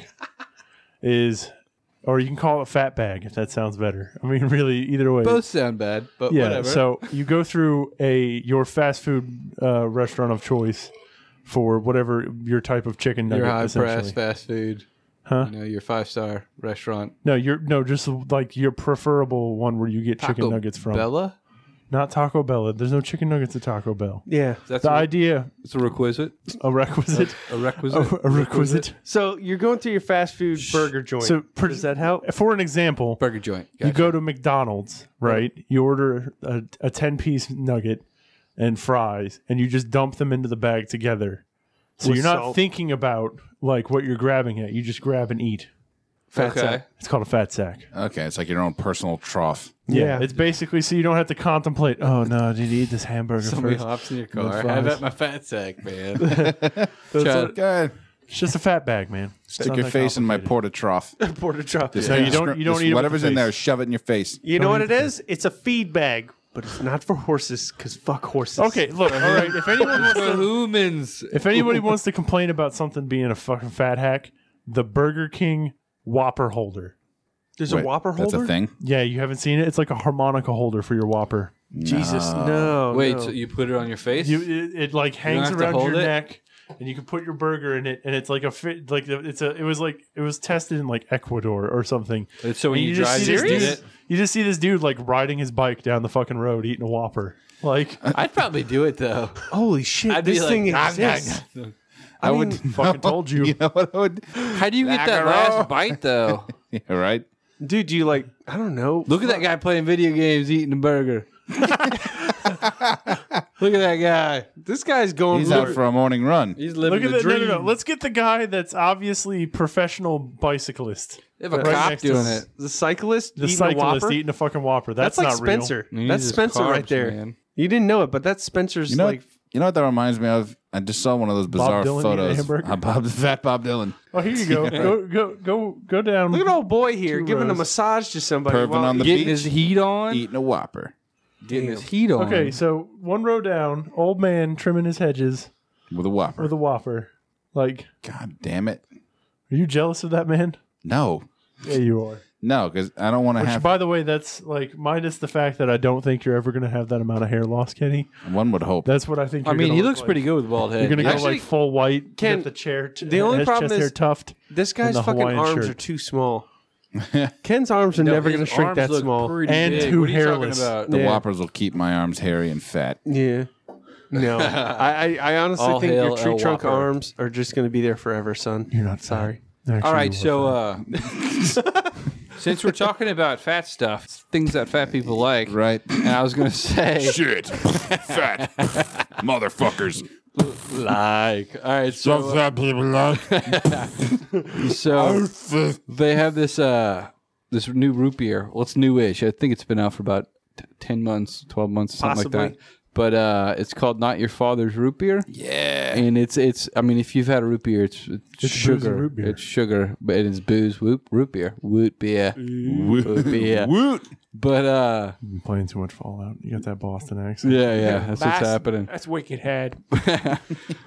Speaker 4: is, or you can call it fat bag if that sounds better. I mean, really, either way.
Speaker 3: Both sound bad, but
Speaker 4: yeah.
Speaker 3: whatever.
Speaker 4: So you go through a your fast food uh, restaurant of choice for whatever your type of chicken nugget.
Speaker 3: your high
Speaker 4: essentially.
Speaker 3: press fast food, you know, your five star restaurant,
Speaker 4: No, you're no just like your preferable one where you get chicken
Speaker 3: Taco
Speaker 4: nuggets from.
Speaker 3: Bella.
Speaker 4: Not Taco Bella. There's no chicken nuggets at Taco Bell.
Speaker 2: Yeah.
Speaker 3: That's
Speaker 4: The
Speaker 3: a,
Speaker 4: idea,
Speaker 3: it's a requisite.
Speaker 4: a requisite,
Speaker 3: A requisite.
Speaker 4: a, a requisite.
Speaker 2: So you're going through your fast food burger joint.
Speaker 4: So, per-
Speaker 2: does that help?
Speaker 4: for an example,
Speaker 3: burger joint.
Speaker 4: you
Speaker 3: Gotcha.
Speaker 4: go to McDonald's, right? You order a, a 10 piece nugget and fries, and you just dump them into the bag together. So
Speaker 2: With
Speaker 4: you're not
Speaker 2: salt.
Speaker 4: thinking about like what you're grabbing at. You just grab and eat.
Speaker 3: fat
Speaker 2: sack.
Speaker 4: It's called a fat sack.
Speaker 1: Okay, it's like your own personal trough.
Speaker 2: Yeah.
Speaker 4: It's basically so you don't have to contemplate, oh no, did you eat this hamburger
Speaker 3: So many
Speaker 4: first?
Speaker 3: hops in your
Speaker 4: then
Speaker 3: car.
Speaker 4: fries.
Speaker 3: Have at my fat sack, man. Chad,
Speaker 1: Good.
Speaker 4: It's just a fat bag, man.
Speaker 1: Stick your face in my porta trough.
Speaker 2: Porter chop.
Speaker 1: Just-
Speaker 4: No, you
Speaker 1: just
Speaker 4: don't-
Speaker 1: scr-
Speaker 4: you don't
Speaker 1: just
Speaker 4: eat it with
Speaker 1: whatever's
Speaker 4: the
Speaker 1: in there.
Speaker 4: face.
Speaker 1: Shove it in your face.
Speaker 2: You know what it is? It's a feed bag, but it's not for horses because fuck horses.
Speaker 4: Okay, look, all right. If anyone wants
Speaker 3: for
Speaker 4: to
Speaker 3: humans.
Speaker 4: If anybody wants to complain about something being a fucking fat hack, the Burger King Whopper holder.
Speaker 2: There's
Speaker 1: Wait,
Speaker 2: a Whopper holder.
Speaker 1: That's a thing.
Speaker 4: Yeah, you haven't seen it. It's like a harmonica holder for your Whopper.
Speaker 2: Jesus, no.
Speaker 3: Wait,
Speaker 2: no.
Speaker 3: so you put it on your face?
Speaker 4: You it, it like hangs
Speaker 3: have to
Speaker 4: around
Speaker 3: hold
Speaker 4: your
Speaker 3: it?
Speaker 4: neck, and you can put your burger in it, and it's like a fit like the- it's a it was like it was tested in like Ecuador or something.
Speaker 3: And Uh, so when
Speaker 4: And
Speaker 3: you,
Speaker 4: just
Speaker 3: drive,
Speaker 4: see this
Speaker 3: you did
Speaker 4: dude-
Speaker 3: it.
Speaker 4: you just see this dude like riding his bike down the fucking road eating a Whopper. Like
Speaker 3: I'd probably do it though.
Speaker 2: Holy shit!
Speaker 3: I'd
Speaker 2: this
Speaker 3: be like,
Speaker 2: thing
Speaker 3: "Nom, nom,
Speaker 2: exists.
Speaker 3: nom."
Speaker 1: I, would
Speaker 4: fucking told you.
Speaker 1: You know what I would?
Speaker 3: How do you get that
Speaker 1: Macaroni.
Speaker 3: last bite though?
Speaker 1: Yeah, right.
Speaker 2: Dude, you like? I don't know.
Speaker 3: Look at that guy playing video games, eating a burger. Look at that guy.
Speaker 2: This guy's going.
Speaker 1: He's out for a morning run.
Speaker 3: He's living
Speaker 4: Look at
Speaker 3: the
Speaker 4: that! No,
Speaker 3: dream.
Speaker 4: no, no. Let's get the guy that's obviously professional bicyclist.
Speaker 3: They have a
Speaker 4: Right
Speaker 3: cop
Speaker 4: next to
Speaker 3: doing
Speaker 4: s-
Speaker 3: it.
Speaker 2: the cyclist.
Speaker 4: The
Speaker 2: eating a
Speaker 4: cyclist
Speaker 2: Whopper?
Speaker 4: eating a fucking Whopper. That's,
Speaker 2: That's, like
Speaker 4: not real.
Speaker 2: Spencer.
Speaker 3: He
Speaker 2: That's
Speaker 3: uses
Speaker 2: Spencer right
Speaker 3: carbs,
Speaker 2: there.
Speaker 3: man.
Speaker 2: You didn't know it, but that's Spencer's
Speaker 1: You know,
Speaker 2: like.
Speaker 1: you know what that reminds me of? I just saw one of those bizarre
Speaker 4: Dylan eating a
Speaker 1: photos.
Speaker 4: hamburger?
Speaker 1: of Bob, fat Bob Dylan
Speaker 4: Oh, here you go. Go, go, go, go down.
Speaker 2: Look at old boy here giving a
Speaker 4: rows.
Speaker 2: massage to somebody.
Speaker 1: Perving
Speaker 2: while
Speaker 1: on the
Speaker 2: he-
Speaker 3: Getting
Speaker 1: beach,
Speaker 3: his heat on.
Speaker 1: eating a Whopper.
Speaker 3: Getting his heat on.
Speaker 4: Okay, so one row down, old man trimming his hedges
Speaker 1: with a whopper.
Speaker 4: with a Whopper. Like,
Speaker 1: God damn it!
Speaker 4: are you jealous of that man?
Speaker 1: No,
Speaker 4: Yeah, you are.
Speaker 1: no, because I don't want to
Speaker 4: Which,
Speaker 1: have.
Speaker 4: by the way, that's like minus the fact that I don't think you're ever going to have that amount of hair loss, Kenny.
Speaker 1: One would hope.
Speaker 4: That's what I think.
Speaker 3: I
Speaker 4: you're
Speaker 3: mean,
Speaker 4: gonna
Speaker 3: he
Speaker 4: look
Speaker 3: looks
Speaker 4: like.
Speaker 3: pretty good with bald head.
Speaker 4: You're going to go
Speaker 2: Actually,
Speaker 4: like full white,
Speaker 2: Ken,
Speaker 4: get the chair. T-
Speaker 2: the only
Speaker 4: his
Speaker 2: problem
Speaker 4: chest hair
Speaker 2: is-
Speaker 4: tuft.
Speaker 2: This guy's
Speaker 4: the
Speaker 2: fucking
Speaker 4: Hawaiian
Speaker 2: arms
Speaker 4: shirt.
Speaker 2: are too small. Ken's arms are never going to shrink that small.
Speaker 4: And
Speaker 3: big.
Speaker 4: too
Speaker 3: What are you talking
Speaker 4: hairless.
Speaker 3: about?
Speaker 1: The
Speaker 2: Yeah.
Speaker 1: whoppers will keep my arms hairy and fat.
Speaker 2: yeah. No, I, I, I honestly
Speaker 3: All
Speaker 2: think
Speaker 3: hail
Speaker 2: your tree
Speaker 3: El
Speaker 2: trunk
Speaker 3: Whopper.
Speaker 2: arms are just going to be there forever, son.
Speaker 4: You're not
Speaker 2: sorry.
Speaker 4: Actually,
Speaker 3: All right,
Speaker 4: you
Speaker 3: so
Speaker 4: were
Speaker 3: uh, since we're talking about fat stuff, things that fat people like,
Speaker 1: Right?
Speaker 3: And I was gonna say
Speaker 1: Shit. fat. Motherfuckers.
Speaker 3: like. All right, so uh,
Speaker 1: people like.
Speaker 3: so they have this uh this new root beer. Well, it's newish. I think it's been out for about t- ten months, twelve months, something like that.
Speaker 2: Possibly.
Speaker 3: But uh, it's called Not Your Father's Root Beer.
Speaker 1: Yeah.
Speaker 3: and it's it's I mean if you've had a root beer it's it's,
Speaker 4: booze and
Speaker 3: sugar
Speaker 4: root beer.
Speaker 3: it's sugar but it is booze whoop root beer root beer
Speaker 1: Woot.
Speaker 3: beer
Speaker 1: Woot.
Speaker 3: but uh
Speaker 4: fucking playing too much Fallout. You got that Boston accent.
Speaker 3: yeah yeah that's what's
Speaker 5: Bass-
Speaker 3: happening
Speaker 5: That's wicked head.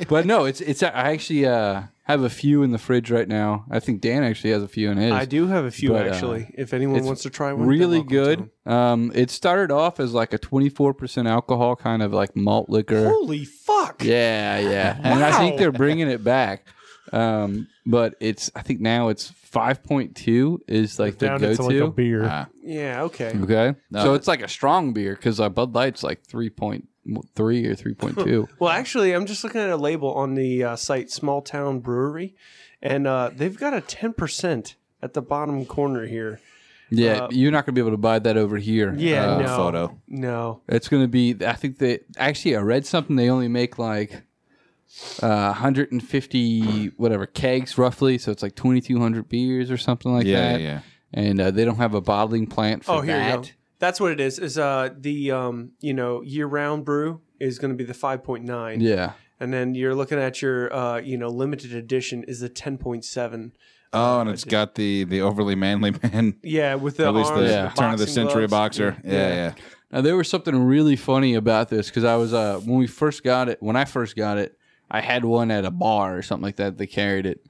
Speaker 3: but no it's it's I actually uh have a few in the fridge right now I think Dan actually has a few in his
Speaker 2: I do have a few
Speaker 3: But, uh,
Speaker 2: actually. if anyone
Speaker 3: it's
Speaker 2: wants to try one, they're
Speaker 3: really
Speaker 2: welcome to
Speaker 3: good
Speaker 2: them.
Speaker 3: um it started off as like a 24 percent alcohol kind of like malt liquor
Speaker 2: Holy fuck!
Speaker 3: Yeah, yeah. And I think
Speaker 2: Wow.
Speaker 3: they're bringing it back. Um, but it's I think now it's 5.2 is like the
Speaker 4: Down into like a
Speaker 3: go-to. Uh,
Speaker 4: beer.
Speaker 1: Ah.
Speaker 2: Yeah, okay.
Speaker 3: okay.
Speaker 1: No.
Speaker 3: So it's like a strong beer cuz uh, Bud Light's like 3.3 or 3.2.
Speaker 2: Well, actually, I'm just looking at a label on the uh, site Small Town Brewery, and uh, they've got a 10% at the bottom corner here.
Speaker 3: yeah,
Speaker 2: Uh,
Speaker 3: you're not going to be able to buy that over here.
Speaker 2: Yeah,
Speaker 3: Uh,
Speaker 2: no.
Speaker 1: photo.
Speaker 2: No.
Speaker 3: It's going to be I think they actually I read something they only make like uh, 150 whatever kegs roughly, so it's like 2200 beers or something like
Speaker 1: Yeah,
Speaker 3: that.
Speaker 1: yeah.
Speaker 3: And uh, they don't have a bottling plant for
Speaker 2: Oh, here
Speaker 3: that.
Speaker 2: you go. That's what it is. Is uh the um you know year round brew is going to be the 5.9,
Speaker 3: Yeah.
Speaker 2: and then you're looking at your uh you know limited edition is the 10.7.
Speaker 1: Oh, and it's got the the overly manly man.
Speaker 2: Yeah, with the
Speaker 1: At least the
Speaker 2: arms,
Speaker 3: yeah.
Speaker 1: turn of the
Speaker 2: boxing
Speaker 1: century
Speaker 2: gloves.
Speaker 1: boxer. Yeah, yeah.
Speaker 3: Now there was something really funny about this because I was uh when we first got it when I first got it I had one at a bar or something like that they carried it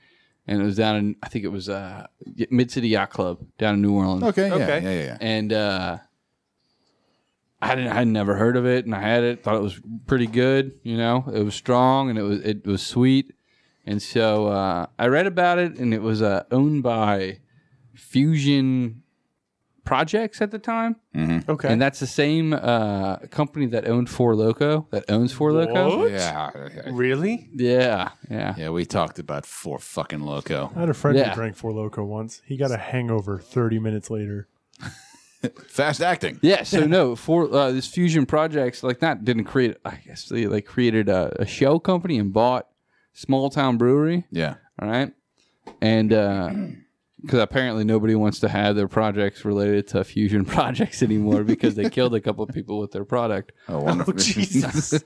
Speaker 3: and it was down in I think it was uh Mid City Yacht Club down in New Orleans
Speaker 1: Okay, yeah,
Speaker 2: Okay.
Speaker 1: yeah, yeah, yeah.
Speaker 3: and uh I didn't I'd never heard of it and I had it thought it was pretty good you know it was strong and it was it was sweet and so uh, I read about it and it was uh, owned by Fusion Projects at the time.
Speaker 2: Okay.
Speaker 3: And that's the same uh, company that owned Four Loco, that owns Four Loco.
Speaker 1: Yeah, yeah,
Speaker 2: really?
Speaker 3: Yeah, yeah.
Speaker 1: yeah. We talked about four fucking loco.
Speaker 4: I had a friend
Speaker 3: Yeah.
Speaker 4: who drank Four Loco once. He got a hangover 30 minutes later.
Speaker 1: Fast acting.
Speaker 3: Yeah, so no, for uh, this fusion projects like that didn't create. I guess they like created a, a shell company and bought small town brewery.
Speaker 1: Yeah.
Speaker 3: All right, and because apparently nobody wants to have their projects related to fusion projects anymore because they killed a couple of people with their product.
Speaker 1: Oh, wonderful.
Speaker 2: Jesus.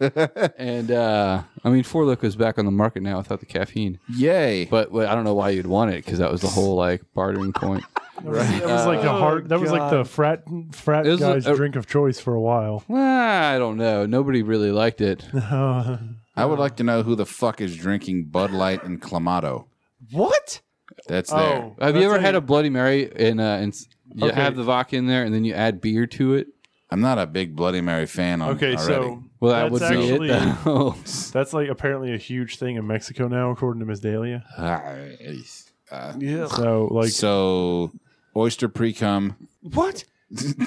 Speaker 3: And uh, I mean, Four Loco is back on the market now without the caffeine.
Speaker 1: Yay.
Speaker 3: But well, I don't know why you'd want it because that was the whole like bartering point.
Speaker 4: That was like the hard. That was like the frat frat
Speaker 3: It was
Speaker 4: guy's
Speaker 3: a-
Speaker 4: drink of choice for a while.
Speaker 3: Well, I don't know. Nobody really liked it.
Speaker 1: I
Speaker 3: uh,
Speaker 1: would like to know who the fuck is drinking Bud Light and Clamato.
Speaker 2: what?
Speaker 1: That's there.
Speaker 3: Have you
Speaker 4: Oh, that's
Speaker 3: ever had
Speaker 4: a-
Speaker 3: a Bloody Mary and uh, and s- you
Speaker 4: Okay.
Speaker 3: have the vodka in there and then you add beer to it?
Speaker 1: I'm not a big Bloody Mary fan on
Speaker 4: Okay,
Speaker 1: already.
Speaker 4: so
Speaker 3: Well, that
Speaker 4: that's
Speaker 3: would
Speaker 4: actually
Speaker 3: be it. though.
Speaker 4: that's like apparently a huge thing in Mexico now, according to Ms. Dahlia.
Speaker 1: Ah,
Speaker 2: Yeah.
Speaker 4: So like
Speaker 1: so oyster pre-cum,
Speaker 2: What?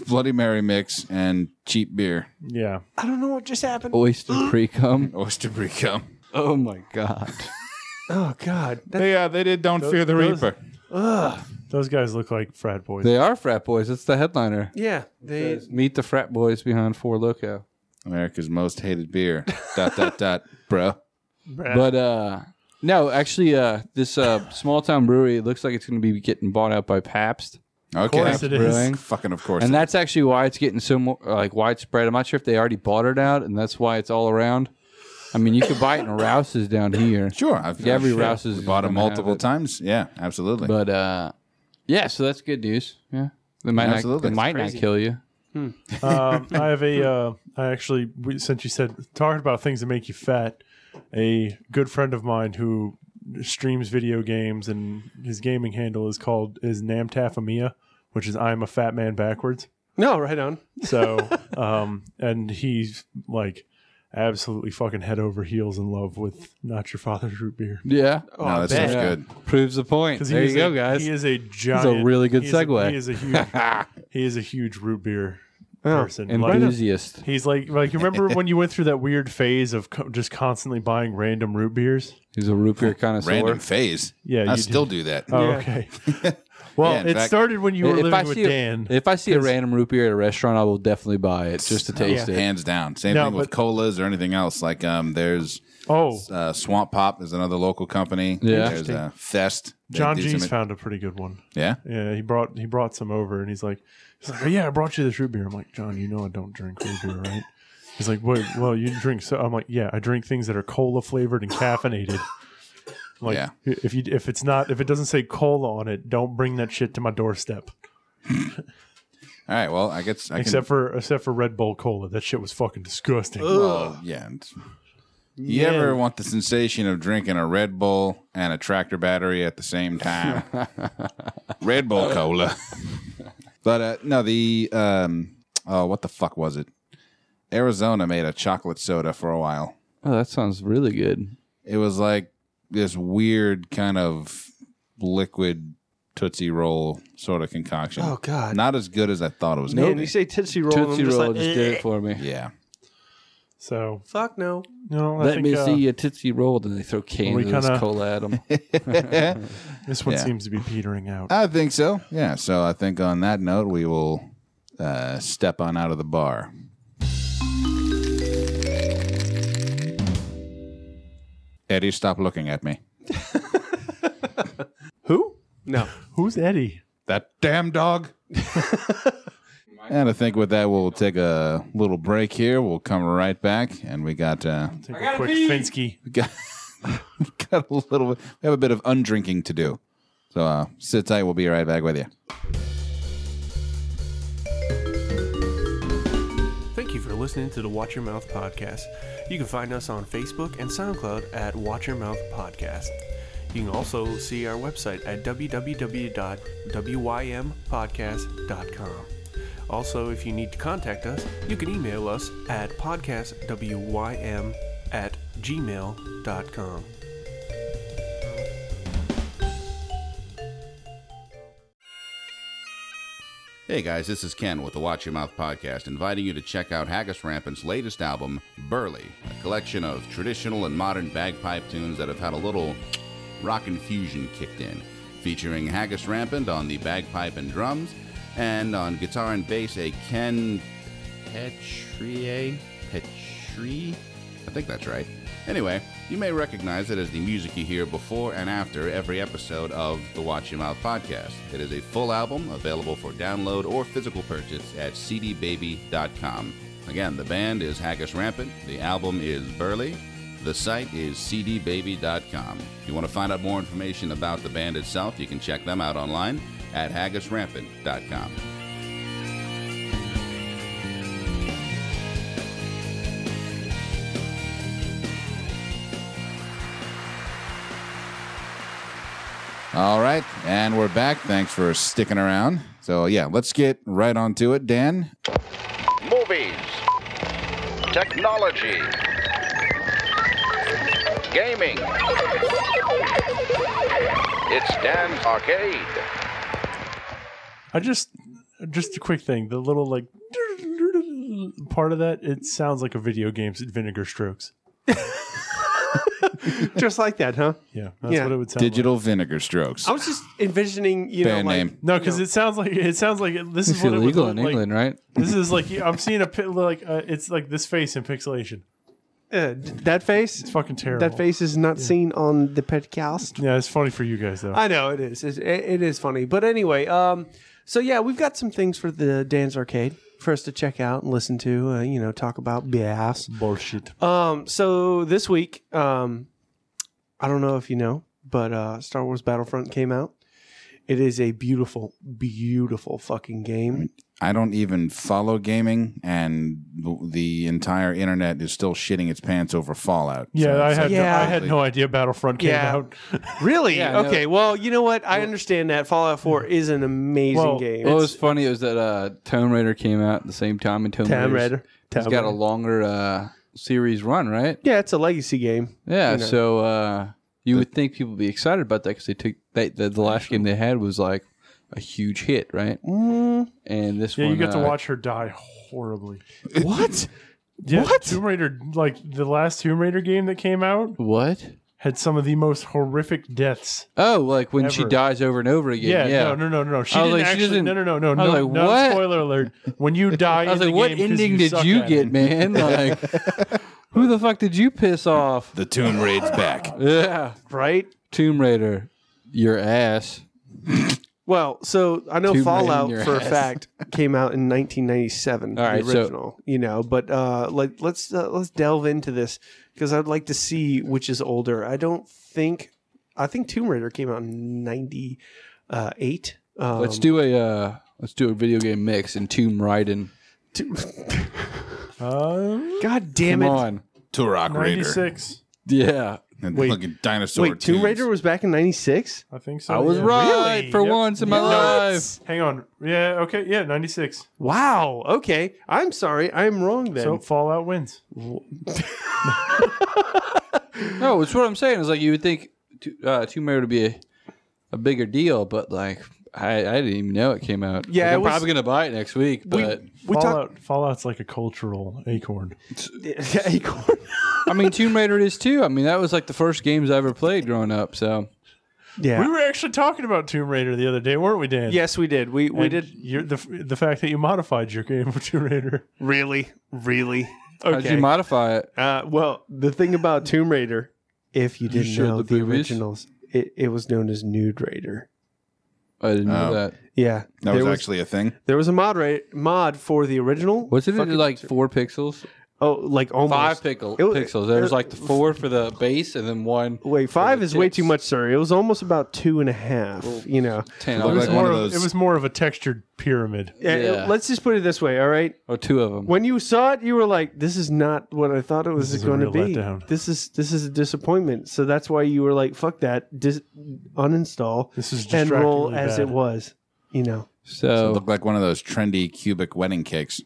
Speaker 1: Bloody Mary mix, and cheap beer.
Speaker 4: yeah,
Speaker 2: I don't know what just
Speaker 3: Oh.
Speaker 2: happened.
Speaker 3: Oyster pre cum.
Speaker 1: Oyster pre-cum.
Speaker 3: Oh my god.
Speaker 2: Oh God. That-
Speaker 1: Yeah, uh, they did Don't Fear the
Speaker 4: those-
Speaker 1: Reaper.
Speaker 4: those guys look like frat boys.
Speaker 3: They are frat boys. That's the headliner.
Speaker 2: yeah. They.
Speaker 3: Meet the frat boys behind Four Loco.
Speaker 1: America's most hated beer. dot, dot, dot. Bro.
Speaker 3: But uh no, actually uh this uh small town brewery it looks like it's gonna be getting bought out by Pabst.
Speaker 1: Okay.
Speaker 4: course it is.
Speaker 3: Brewing.
Speaker 1: Fucking of course.
Speaker 3: And
Speaker 1: it-
Speaker 3: that's actually why it's getting so more like widespread. I'm not sure if they already bought it out and that's why it's all around. I mean you could buy it in Rouse's down here.
Speaker 1: sure. I've,
Speaker 3: Yeah, every
Speaker 1: I've-
Speaker 3: Rouse's is
Speaker 1: bought them
Speaker 3: gonna have
Speaker 1: multiple
Speaker 3: it.
Speaker 1: times. Yeah, absolutely.
Speaker 3: But uh, yeah, so that's good news. Yeah, they might
Speaker 1: Absolutely.
Speaker 3: not, they might
Speaker 2: crazy.
Speaker 3: not kill you.
Speaker 4: um, I have a. Uh, I actually, we- since you said talking about things that make you fat, a good friend of mine who streams video games and his gaming handle is called is Namtafamia, which is I'm a fat man backwards.
Speaker 2: No. Right on.
Speaker 4: So, um, and he's like, absolutely fucking head over heels in love with Not Your Father's Root Beer.
Speaker 3: Yeah.
Speaker 1: no, that
Speaker 2: bet.
Speaker 1: stuff's good.
Speaker 3: Proves the point.
Speaker 4: Oh, 'Cause he
Speaker 3: There
Speaker 4: is
Speaker 3: you go,
Speaker 4: a-
Speaker 3: guys.
Speaker 4: He is a giant.
Speaker 3: really good
Speaker 4: he is a-
Speaker 3: segue.
Speaker 4: he is a huge. he is a huge root beer person. Like,
Speaker 3: Enthusiast.
Speaker 4: he's like like you remember when you went through that weird phase of co- just constantly buying random root beers.
Speaker 3: He's a root beer connoisseur.
Speaker 1: Random phase.
Speaker 4: Yeah,
Speaker 1: I
Speaker 4: you
Speaker 1: still do that.
Speaker 4: Oh,
Speaker 2: Yeah.
Speaker 4: okay. well,
Speaker 1: Yeah, in
Speaker 4: it
Speaker 1: fact-
Speaker 4: started when you were
Speaker 3: If I,
Speaker 4: living with
Speaker 3: see
Speaker 4: Dan.
Speaker 3: a, if I see a random root beer at a restaurant, I will definitely buy it just to taste it.
Speaker 1: Hands down. Same
Speaker 4: No,
Speaker 1: thing with
Speaker 4: but-
Speaker 1: colas or anything else. Like um, there's
Speaker 4: oh,
Speaker 1: uh, Swamp Pop is another local company.
Speaker 3: Yeah.
Speaker 1: There's uh, Fest. They
Speaker 4: John
Speaker 1: do some-
Speaker 4: G's found a pretty good one.
Speaker 1: Yeah.
Speaker 4: Yeah, he brought he brought some over, and he's like, he's like, oh, yeah, I brought you this root beer. I'm like, John, you know I don't drink root beer, right? He's like, wait, well, you drink so. I'm like, yeah, I drink things that are cola flavored and caffeinated. I'm Like,
Speaker 1: Yeah.
Speaker 4: if you if it's not if it doesn't say cola on it, don't bring that shit to my doorstep.
Speaker 1: All right. Well, I guess I
Speaker 4: Except for except for Red Bull cola, that shit was fucking disgusting.
Speaker 1: can. Well, yeah. it's- You
Speaker 4: Yeah.
Speaker 1: ever want the sensation of drinking a Red Bull and a tractor battery at the same time? Red Bull cola. but uh, no, the um, oh, what the fuck was it? Arizona made a chocolate soda for a while.
Speaker 3: Oh, that sounds really good.
Speaker 1: it was like this weird kind of liquid tootsie roll sort of concoction.
Speaker 2: Oh God.
Speaker 1: Not as good as I thought it was.
Speaker 2: Man,
Speaker 1: going
Speaker 2: you
Speaker 1: to be.
Speaker 2: say Tootsie Roll. and
Speaker 3: Tootsie
Speaker 2: I'm just
Speaker 3: Roll
Speaker 2: like, "Eh."
Speaker 3: just did it for me.
Speaker 1: Yeah,
Speaker 4: So
Speaker 2: Fuck no.
Speaker 4: no, I
Speaker 3: Let
Speaker 4: think
Speaker 3: me
Speaker 4: uh,
Speaker 3: see a Tootsie Roll, then they throw
Speaker 4: we
Speaker 3: cans of this
Speaker 4: kinda-
Speaker 3: cola at them.
Speaker 4: this one
Speaker 1: Yeah.
Speaker 4: seems to be petering out.
Speaker 1: I think so. Yeah, so I think on that note, we will uh, step on out of the bar. Eddie, stop looking at me.
Speaker 2: Who? No.
Speaker 4: Who's Eddie?
Speaker 1: That damn dog. and I think with that, we'll take a little break here. We'll come right back, and we got uh,
Speaker 4: Take a quick Finsky.
Speaker 1: We got, we got a little bit, we have a bit of undrinking to do. So uh, sit tight. We'll be right back with you.
Speaker 5: Thank you for listening to the Watch Your Mouth podcast. You can find us on Facebook and SoundCloud at Watch Your Mouth Podcast. You can also see our website at www.wympodcast.com. Also, if you need to contact us, you can email us at podcastwym at gmail.com.
Speaker 6: Hey guys, this is Ken with the Watch Your Mouth podcast, inviting you to check out Haggis Rampant's latest album, Burley, a collection of traditional and modern bagpipe tunes that have had a little rock infusion kicked in, featuring Haggis Rampant on the bagpipe and drums, and on guitar and bass, a Ken Petrie. Petrie? I think that's right. Anyway, you may recognize it as the music you hear before and after every episode of the Watch Your Mouth podcast. It is a full album available for download or physical purchase at cdbaby.com. Again, the band is Haggis Rampant, the album is Burley, the site is cdbaby.com. If you want to find out more information about the band itself, you can check them out online at haggisrampant.com.
Speaker 1: All right, and we're back. Thanks for sticking around. So yeah, let's get right on to it, Dan.
Speaker 7: movies, technology, gaming. It's Dan's Arcade.
Speaker 4: I just just a quick thing. The little like part of that it sounds like a video game's vinegar strokes.
Speaker 2: Just like that, huh?
Speaker 4: Yeah, that's
Speaker 2: Yeah.
Speaker 4: what it would sound. Like.
Speaker 1: Digital vinegar strokes.
Speaker 2: I was just envisioning, you
Speaker 1: Band
Speaker 2: know, like
Speaker 1: name.
Speaker 4: No, because it sounds like it sounds like it, this
Speaker 3: It's
Speaker 4: is what it would
Speaker 3: illegal
Speaker 4: look
Speaker 3: in
Speaker 4: like.
Speaker 3: England, right?
Speaker 4: This is like I'm seeing a pi- like uh, it's like this face in pixelation.
Speaker 2: uh, d- that face.
Speaker 4: It's fucking terrible.
Speaker 2: That face is not seen on the podcast.
Speaker 4: Yeah, it's funny for you guys though.
Speaker 2: I know it is. It's, it, it is funny, but anyway, um, so yeah, we've got some things for the Dan's Arcade for us to check out and listen to. Uh, you know, talk about BS.
Speaker 4: Bullshit.
Speaker 2: Um, so this week, um, I don't know if you know, but uh, Star Wars Battlefront came out. It is a beautiful, beautiful fucking game.
Speaker 1: I don't even follow gaming, and the- the entire internet is still shitting its pants over Fallout.
Speaker 4: yeah,
Speaker 1: So
Speaker 4: I
Speaker 1: it's
Speaker 4: had
Speaker 1: like-
Speaker 2: Yeah.
Speaker 4: No, I had no idea Battlefront came
Speaker 2: Yeah.
Speaker 4: out.
Speaker 2: Really?
Speaker 3: Yeah, I know.
Speaker 2: okay. Well, you know what? I understand that Fallout Four is an amazing
Speaker 4: Well,
Speaker 2: game.
Speaker 3: What was funny was that uh, Tomb Raider came out at the same time, and Tomb
Speaker 2: Tomb
Speaker 3: Raider's-
Speaker 2: Raider.
Speaker 3: It's
Speaker 2: Tomb
Speaker 3: got a
Speaker 2: Raider.
Speaker 3: longer uh, series run, right?
Speaker 2: Yeah, it's a legacy game.
Speaker 3: Yeah.
Speaker 2: You know.
Speaker 3: So uh, you would think people would be excited about that because they took they, the, the last game they had was like a huge hit, right? And this
Speaker 4: Mm. Yeah,
Speaker 3: one,
Speaker 4: you got to
Speaker 3: uh,
Speaker 4: watch her die horribly.
Speaker 2: what?
Speaker 4: Yeah,
Speaker 2: What?
Speaker 4: Tomb Raider, like the last Tomb Raider game that came out,
Speaker 3: What?
Speaker 4: had some of the most horrific deaths.
Speaker 3: Oh, like when she
Speaker 4: Ever.
Speaker 3: dies over and over again.
Speaker 4: Yeah,
Speaker 3: Yeah.
Speaker 4: no, no, no, no, no. She
Speaker 3: I was
Speaker 4: didn't
Speaker 3: like, she
Speaker 4: actually.
Speaker 3: doesn't-
Speaker 4: no, no, no, no,
Speaker 3: I was
Speaker 4: no.
Speaker 3: like,
Speaker 4: no,
Speaker 3: what?
Speaker 4: Spoiler alert! When you die,
Speaker 3: I was
Speaker 4: in
Speaker 3: like,
Speaker 4: the
Speaker 3: what
Speaker 4: game 'cause
Speaker 3: ending
Speaker 4: you
Speaker 3: did
Speaker 4: suck
Speaker 3: you
Speaker 4: at
Speaker 3: get,
Speaker 4: it.
Speaker 3: man? Like, who the fuck did you piss off?
Speaker 1: The Tomb Raid's back.
Speaker 3: Yeah.
Speaker 2: Right?
Speaker 3: Tomb Raider, your ass.
Speaker 2: Well, so I know
Speaker 3: Tomb Raider in
Speaker 2: Fallout
Speaker 3: your
Speaker 2: for a
Speaker 3: ass.
Speaker 2: fact came out in 1997,
Speaker 3: All right,
Speaker 2: the
Speaker 3: so-
Speaker 2: original. you know, but uh, let, let's uh, let's delve into this because I'd like to see which is older. I don't think I think Tomb Raider came out in 98. Um,
Speaker 3: Let's do a uh, let's do a video game mix and Tomb Raiden.
Speaker 2: Tomb-
Speaker 4: Um,
Speaker 2: God damn
Speaker 3: Come
Speaker 2: it!
Speaker 3: on,
Speaker 1: Turok Raider.
Speaker 4: Ninety-six,
Speaker 3: yeah,
Speaker 1: And
Speaker 2: Wait.
Speaker 1: fucking dinosaur.
Speaker 2: Wait, Tomb
Speaker 1: tubes.
Speaker 2: Raider was back in 96?
Speaker 4: I think so.
Speaker 3: I was
Speaker 4: yeah.
Speaker 3: right
Speaker 4: Really?
Speaker 3: for
Speaker 4: Yep.
Speaker 3: once in my life.
Speaker 4: Hang on. Yeah. Okay. Yeah. Ninety-six.
Speaker 2: Wow. Okay. I'm sorry. I'm wrong then.
Speaker 4: So Fallout wins.
Speaker 3: No, it's what I'm saying. It's like you would think t- uh, Tomb Raider would be a, a bigger deal, but like I, I didn't even know it came out.
Speaker 2: Yeah,
Speaker 3: Like,
Speaker 2: it
Speaker 3: I'm
Speaker 2: was-
Speaker 3: probably gonna buy it next week. But
Speaker 2: we talked
Speaker 4: Fallout. Fallout's like a cultural acorn.
Speaker 2: acorn.
Speaker 3: I mean, Tomb Raider is too. I mean, that was like the first games I ever played growing up. So
Speaker 2: Yeah.
Speaker 4: We were actually talking about Tomb Raider the other day, weren't we, Dan?
Speaker 2: yes, we did. We we
Speaker 4: And
Speaker 2: did
Speaker 4: You're, the the fact that you modified your game for Tomb Raider.
Speaker 2: really really
Speaker 3: how did you
Speaker 2: okay.
Speaker 3: modify it?
Speaker 2: uh, well, the thing about Tomb Raider, if you didn't
Speaker 3: showed
Speaker 2: know
Speaker 3: the
Speaker 2: the,
Speaker 3: boobies?
Speaker 2: originals, it, it was known as Nude Raider.
Speaker 3: I didn't know
Speaker 1: Oh.
Speaker 3: that.
Speaker 2: Yeah,
Speaker 1: That
Speaker 2: there
Speaker 1: was, actually a thing.
Speaker 2: there was a mod ra- mod for the original.
Speaker 3: Was it
Speaker 2: Fucking-
Speaker 3: like four pixels?
Speaker 2: oh like almost
Speaker 3: Five pickle,
Speaker 2: It was-
Speaker 3: pixels. There was like the four for the base and then one
Speaker 2: Wait, five
Speaker 3: the
Speaker 2: is way
Speaker 3: tits.
Speaker 2: too much, sir. It was almost about two and a half. You know, Uh,
Speaker 3: ten.
Speaker 1: It was
Speaker 3: Like
Speaker 1: like one
Speaker 4: More
Speaker 1: of
Speaker 4: of-
Speaker 1: those.
Speaker 4: It was more of a textured pyramid.
Speaker 2: Yeah,
Speaker 3: Yeah.
Speaker 2: uh, let's just put it this way. All right,
Speaker 3: or two of them.
Speaker 2: when you saw it, you were like, "This is not what I thought it was
Speaker 4: is a
Speaker 2: going to
Speaker 4: real
Speaker 2: be.
Speaker 4: letdown.
Speaker 2: This is this is a disappointment." So that's why you were like, "Fuck that! Dis- uninstall
Speaker 4: This is
Speaker 2: and roll
Speaker 4: distractingly
Speaker 2: as
Speaker 4: bad.
Speaker 2: it was." You know, Oh.
Speaker 1: It
Speaker 3: So
Speaker 1: looked like one of those trendy cubic wedding cakes.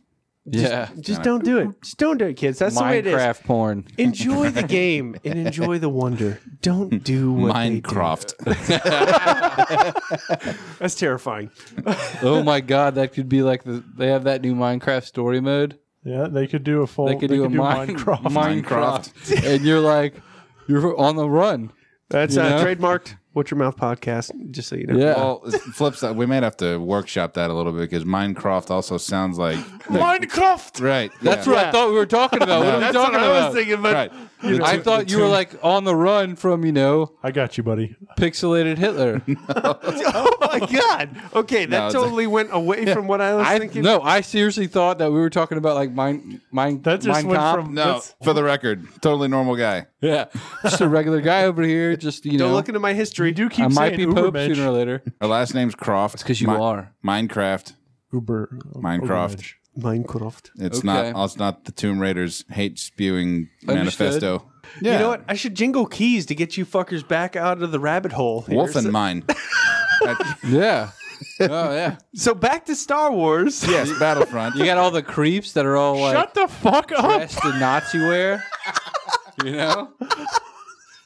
Speaker 3: yeah,
Speaker 2: just don't do it. Just don't do it, kids. That's the way it is.
Speaker 3: Minecraft porn.
Speaker 2: Enjoy the game and enjoy the wonder. Don't do what they do.
Speaker 1: Minecraft.
Speaker 2: That's terrifying.
Speaker 3: oh my god, that could be like the, they have that new Minecraft story mode.
Speaker 4: Yeah, Oh, they could do a full.
Speaker 3: They could do a mine,
Speaker 4: Minecraft.
Speaker 3: Minecraft, and you're like, you're on the run.
Speaker 2: That's
Speaker 3: You
Speaker 2: uh,
Speaker 3: know?
Speaker 2: trademarked. What's your mouth podcast? Just so you know.
Speaker 3: Yeah,
Speaker 1: Well, flip side, we might have to workshop that a little bit because Minecraft also sounds like
Speaker 4: Minecraft.
Speaker 1: right.
Speaker 3: that's
Speaker 1: yeah.
Speaker 3: what I thought we were talking about. what are we
Speaker 1: That's
Speaker 3: talking about? I,
Speaker 2: thinking,
Speaker 1: Right. The two-
Speaker 3: thought
Speaker 1: the
Speaker 3: you were
Speaker 1: two-
Speaker 3: like on the run from you know
Speaker 4: I got you, buddy.
Speaker 3: pixelated Hitler.
Speaker 2: oh my god. Okay,
Speaker 1: No,
Speaker 2: that
Speaker 1: it's-
Speaker 2: totally went away from what I was
Speaker 3: I
Speaker 2: thinking.
Speaker 3: no, I seriously thought that we were talking about like mine, mine,
Speaker 4: That just
Speaker 3: Mein
Speaker 4: went
Speaker 3: Kampf.
Speaker 4: from
Speaker 1: No,
Speaker 4: that's-
Speaker 1: for the record, totally normal guy.
Speaker 3: yeah, just a regular guy over here. Just you
Speaker 2: Don't
Speaker 3: know,
Speaker 2: look into my history.
Speaker 4: You do keep
Speaker 3: I might be
Speaker 4: saying
Speaker 3: Pope
Speaker 4: Ubermensch.
Speaker 3: sooner or later.
Speaker 1: Her last name's Croft. It's
Speaker 3: 'cause you are.
Speaker 1: Minecraft.
Speaker 4: Uber
Speaker 1: Minecraft.
Speaker 4: Ubermensch.
Speaker 2: Minecraft.
Speaker 1: It's
Speaker 3: Okay.
Speaker 1: not. It's not the Tomb Raiders hate spewing
Speaker 3: Understood.
Speaker 1: manifesto. Yeah.
Speaker 2: You know what? I should jingle keys to get you fuckers back out of the rabbit hole. here.
Speaker 1: Wolf
Speaker 2: so,
Speaker 1: and mine. That-
Speaker 3: Yeah. Oh yeah.
Speaker 2: so back to Star Wars.
Speaker 1: yes, Battlefront.
Speaker 3: You got all the creeps that are all like
Speaker 4: Shut the fuck up.
Speaker 3: dressed in Nazi wear. You know?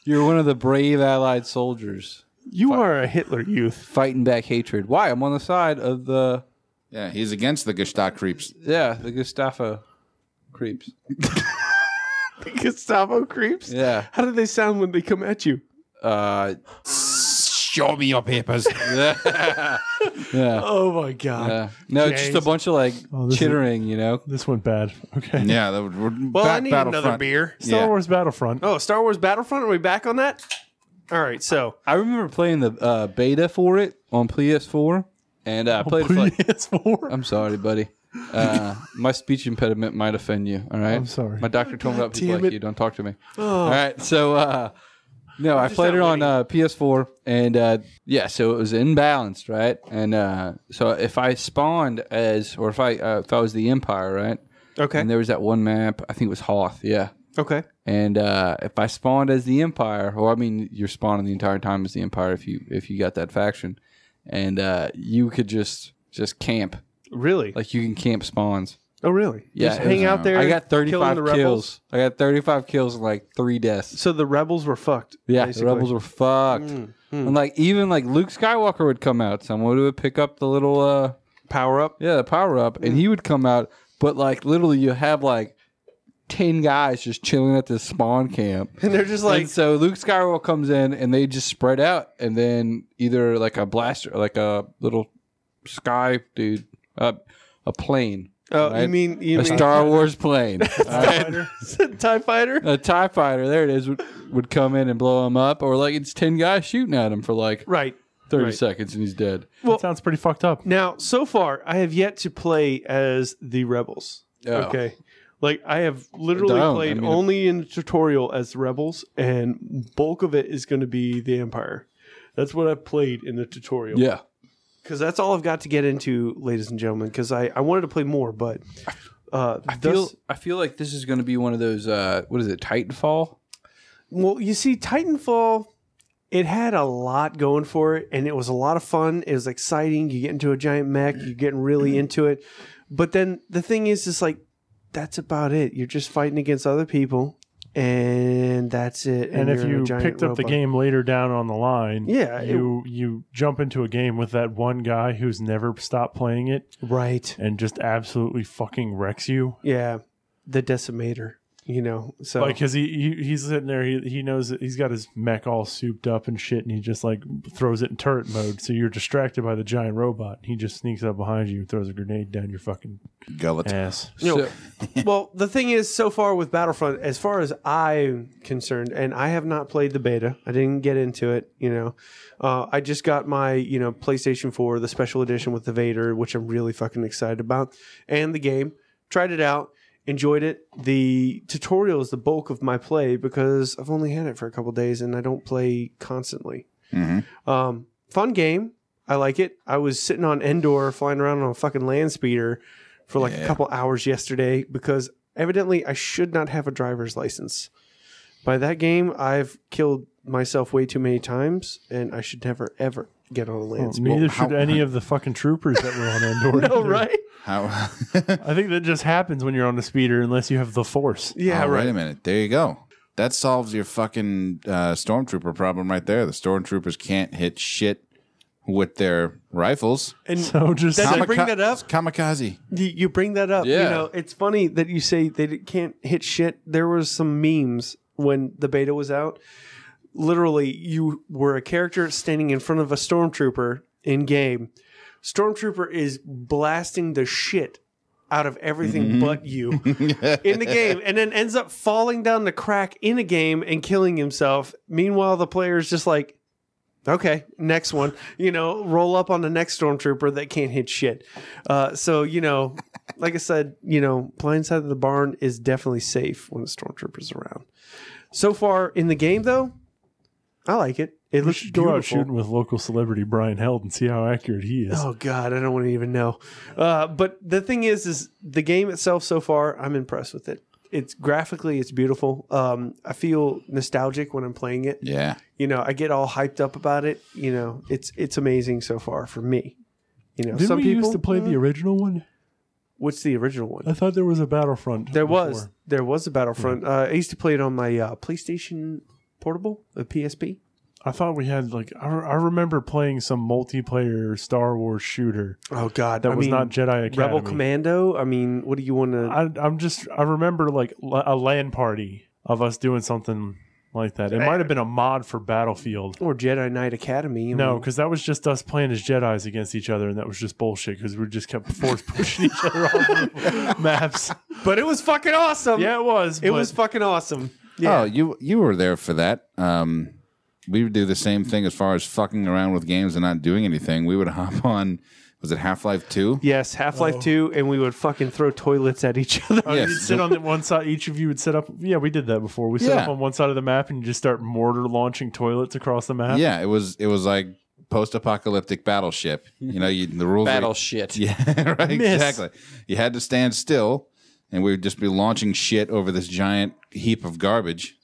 Speaker 3: You're one of the brave allied soldiers
Speaker 4: You are a Hitler youth.
Speaker 3: fighting back hatred. Why? I'm on the side of the
Speaker 1: yeah, he's against the Gestapo creeps.
Speaker 3: yeah, the Gestapo creeps.
Speaker 2: Gustavo creeps.
Speaker 3: Yeah.
Speaker 2: How do they sound when they come at you?
Speaker 3: Uh
Speaker 1: Show me your papers.
Speaker 3: yeah. yeah.
Speaker 2: Oh my god.
Speaker 3: yeah. uh, No, it's just a bunch of like
Speaker 4: Oh, this is-
Speaker 3: chittering, you know.
Speaker 4: This went bad. Okay.
Speaker 1: yeah, that would, we're
Speaker 2: Well, I
Speaker 1: back
Speaker 2: need another
Speaker 1: Battlefront.
Speaker 2: beer.
Speaker 1: Yeah.
Speaker 4: Star Wars Battlefront.
Speaker 2: Oh, Star Wars Battlefront. Are we back on that? All right. So
Speaker 3: I remember playing the uh, beta for it on PS4 and uh, I played it for like
Speaker 4: PS4.
Speaker 3: I'm sorry, buddy. Uh, my speech impediment might offend you. All right. I'm
Speaker 4: sorry.
Speaker 3: My doctor told me about people
Speaker 2: damn
Speaker 3: like
Speaker 2: it.
Speaker 3: you. Don't talk to me. All right. So, uh, no, I played it on uh, PS4, and uh, yeah, so it was imbalanced, right? And uh, so if I spawned as, or if I uh, if I was the Empire, right?
Speaker 2: okay.
Speaker 3: And there was that one map. I think it was Hoth. Yeah.
Speaker 2: Okay.
Speaker 3: And uh, if I spawned as the Empire, or I mean, you're spawning the entire time as the Empire if you if you got that faction, and uh, you could just just camp
Speaker 2: Really?
Speaker 3: like you can camp spawns.
Speaker 2: Oh, really?
Speaker 3: Yeah,
Speaker 2: Just
Speaker 3: it
Speaker 2: hang
Speaker 3: was-
Speaker 2: out there.
Speaker 3: I got
Speaker 2: killing
Speaker 3: 35
Speaker 2: the
Speaker 3: kills.
Speaker 2: rebels?
Speaker 3: I got 35 kills and like three deaths.
Speaker 2: So the rebels were fucked.
Speaker 3: Yeah,
Speaker 2: basically. Mm,
Speaker 3: the rebels were fucked. And like even like Luke Skywalker would come out. Someone would pick up the little uh
Speaker 2: power up. Mm.
Speaker 3: yeah, the power up and he would come out, but like literally you have like 10 guys just chilling at this spawn camp.
Speaker 2: And they're just
Speaker 3: Like
Speaker 2: like,
Speaker 3: so Luke Skywalker comes in and they just spread out and then either like a blaster like a little sky dude uh, a plane.
Speaker 2: oh, you
Speaker 3: right?
Speaker 2: mean you
Speaker 3: a
Speaker 2: mean
Speaker 3: Star Wars plane. Uh,
Speaker 2: Tie Fighter?
Speaker 3: a TIE fighter, there it is, would, would come in and blow him up, or like it's 10 guys shooting at him for like
Speaker 2: Right.
Speaker 3: 30
Speaker 2: Right.
Speaker 3: seconds and he's dead.
Speaker 2: Well-
Speaker 4: That sounds pretty fucked up.
Speaker 2: Now, so far, I have yet to play as the rebels.
Speaker 3: Oh.
Speaker 2: Okay. Like I have literally
Speaker 3: Don't. I
Speaker 2: played
Speaker 3: mean-
Speaker 2: only in the tutorial as the rebels, and bulk of it is going to be the empire. That's what I've played in the tutorial.
Speaker 3: Yeah.
Speaker 2: because that's all I've got to get into, ladies and gentlemen. Because I, I wanted to play more, but uh,
Speaker 3: I
Speaker 2: thus-
Speaker 3: feel, I feel like this is going to be one of those, uh, what is it, Titanfall?
Speaker 2: well, you see, Titanfall, it had a lot going for it, and it was a lot of fun. It was exciting. You get into a giant mech, you're getting
Speaker 4: Mm-hmm.
Speaker 2: really into it. But then the thing is, is like that's about it. You're just fighting against other people, and that's it.
Speaker 4: And, if
Speaker 2: you're a
Speaker 4: you
Speaker 2: giant
Speaker 4: picked up the
Speaker 2: robot.
Speaker 4: game later down on the line,
Speaker 2: Yeah, it-
Speaker 4: you you jump into a game with that one guy who's never stopped playing it
Speaker 2: right?
Speaker 4: and just absolutely fucking wrecks you.
Speaker 2: Yeah, the Decimator. You know, so
Speaker 4: Like, cause he, he he's sitting there, he he knows that he's got his mech all souped up and shit, and he just like throws it in turret mode. So you're distracted by the giant robot. He just sneaks up behind you, and throws a grenade down your fucking
Speaker 1: Gullet.
Speaker 4: ass.
Speaker 2: No.
Speaker 3: So-
Speaker 2: well, the thing is, so far with Battlefront, as far as I'm concerned, and I have not played the beta. I didn't get into it. You know, uh, I just got my you know PlayStation 4, the special edition with the Vader, which I'm really fucking excited about, and the game. Tried it out, enjoyed it. The tutorial is the bulk of my play because I've only had it for a couple days, and I don't play constantly.
Speaker 1: Mhm.
Speaker 2: Um, fun game. I like it. I was sitting on Endor, flying around on a fucking land speeder for like a
Speaker 1: Yeah.
Speaker 2: couple hours yesterday because evidently I should not have a driver's license. By that game, I've killed myself way too many times, and I should never ever get on a land speeder.
Speaker 4: Oh, Neither
Speaker 1: Well,
Speaker 4: should
Speaker 1: how-
Speaker 4: any of the fucking troopers that were on Endor.
Speaker 2: Oh,
Speaker 4: either.
Speaker 2: right?
Speaker 1: How?
Speaker 4: I think that just happens when you're on a speeder, unless you have the force.
Speaker 2: Yeah,
Speaker 1: Oh, Wait a
Speaker 2: right.
Speaker 1: minute. There you go. That solves your fucking uh, stormtrooper problem right there. The stormtroopers can't hit shit with their rifles.
Speaker 2: And
Speaker 4: So just
Speaker 2: That's- Did I
Speaker 1: Kamika-
Speaker 2: bring that up?
Speaker 1: it's kamikaze.
Speaker 2: you, you bring that up. You
Speaker 3: Yeah.
Speaker 2: know, it's funny that you say they di- can't hit shit. There was some memes when the beta was out. Literally, you were a character standing in front of a stormtrooper in game. Stormtrooper is blasting the shit out of everything but you in the game and then ends up falling down the crack in a game and killing himself. Meanwhile, the player's just like, Okay, next one. You know, roll up on the next stormtrooper that can't hit shit. Uh, so you know, like I said, you know, blind side of the barn is definitely safe when the stormtrooper's around. So far in the game, though, I like it. It
Speaker 4: we
Speaker 2: looks
Speaker 4: should go out
Speaker 2: beautiful.
Speaker 4: shooting with local celebrity Brian Held and see how accurate he is.
Speaker 2: Oh God, I don't want to even know. Uh, but the thing is, is the game itself so far, I'm impressed with it. It's graphically, it's beautiful. Um, I feel nostalgic when I'm playing it
Speaker 1: Yeah.
Speaker 2: you know, I get all hyped up about it. You know, it's it's amazing so far for me. You know,
Speaker 4: Didn't
Speaker 2: some
Speaker 4: we
Speaker 2: people uh,
Speaker 4: used to play the original one?
Speaker 2: what's the original
Speaker 4: I
Speaker 2: one?
Speaker 4: thought there was a Battlefront.
Speaker 2: There was
Speaker 4: before.
Speaker 2: there was a Battlefront. Uh, I used to play it on my uh, PlayStation Portable, a PSP.
Speaker 4: I thought we had like I, re- I remember playing some multiplayer Star Wars shooter
Speaker 2: Oh God,
Speaker 4: that
Speaker 2: I
Speaker 4: was
Speaker 2: mean,
Speaker 4: not Jedi Academy.
Speaker 2: Rebel Commando. I mean, what do you want to?
Speaker 4: I, I'm just I remember like l- a LAN party of us doing something like that. It might have been a mod for Battlefield.
Speaker 2: Or Jedi Knight Academy? I
Speaker 4: No,
Speaker 2: mean,
Speaker 4: because that was just us playing as Jedi's against each other, and that was just bullshit. Because we just kept force pushing each other off maps.
Speaker 2: but it was fucking awesome.
Speaker 4: Yeah, it was.
Speaker 2: Um, it was fucking awesome. Yeah.
Speaker 1: Oh, you you were there for that. Um, we would do the same thing as far as fucking around with games and not doing anything. We would hop on. Was it Half Life Two?
Speaker 2: Yes, Half Life Two, and we would fucking throw toilets at each other.
Speaker 4: Yes.
Speaker 1: Yes.
Speaker 4: You'd sit on the one side. Each of you would set up. Yeah, we did that before. We set
Speaker 1: Yeah.
Speaker 4: up on one side of the map, and you just start mortar launching toilets across the map.
Speaker 1: Yeah, it was. It was like post-apocalyptic battleship. You know, you, the rules. were-
Speaker 3: Battleshit.
Speaker 1: Yeah, right.
Speaker 4: Miss.
Speaker 1: Exactly. You had to stand still, and we would just be launching shit over this giant heap of garbage.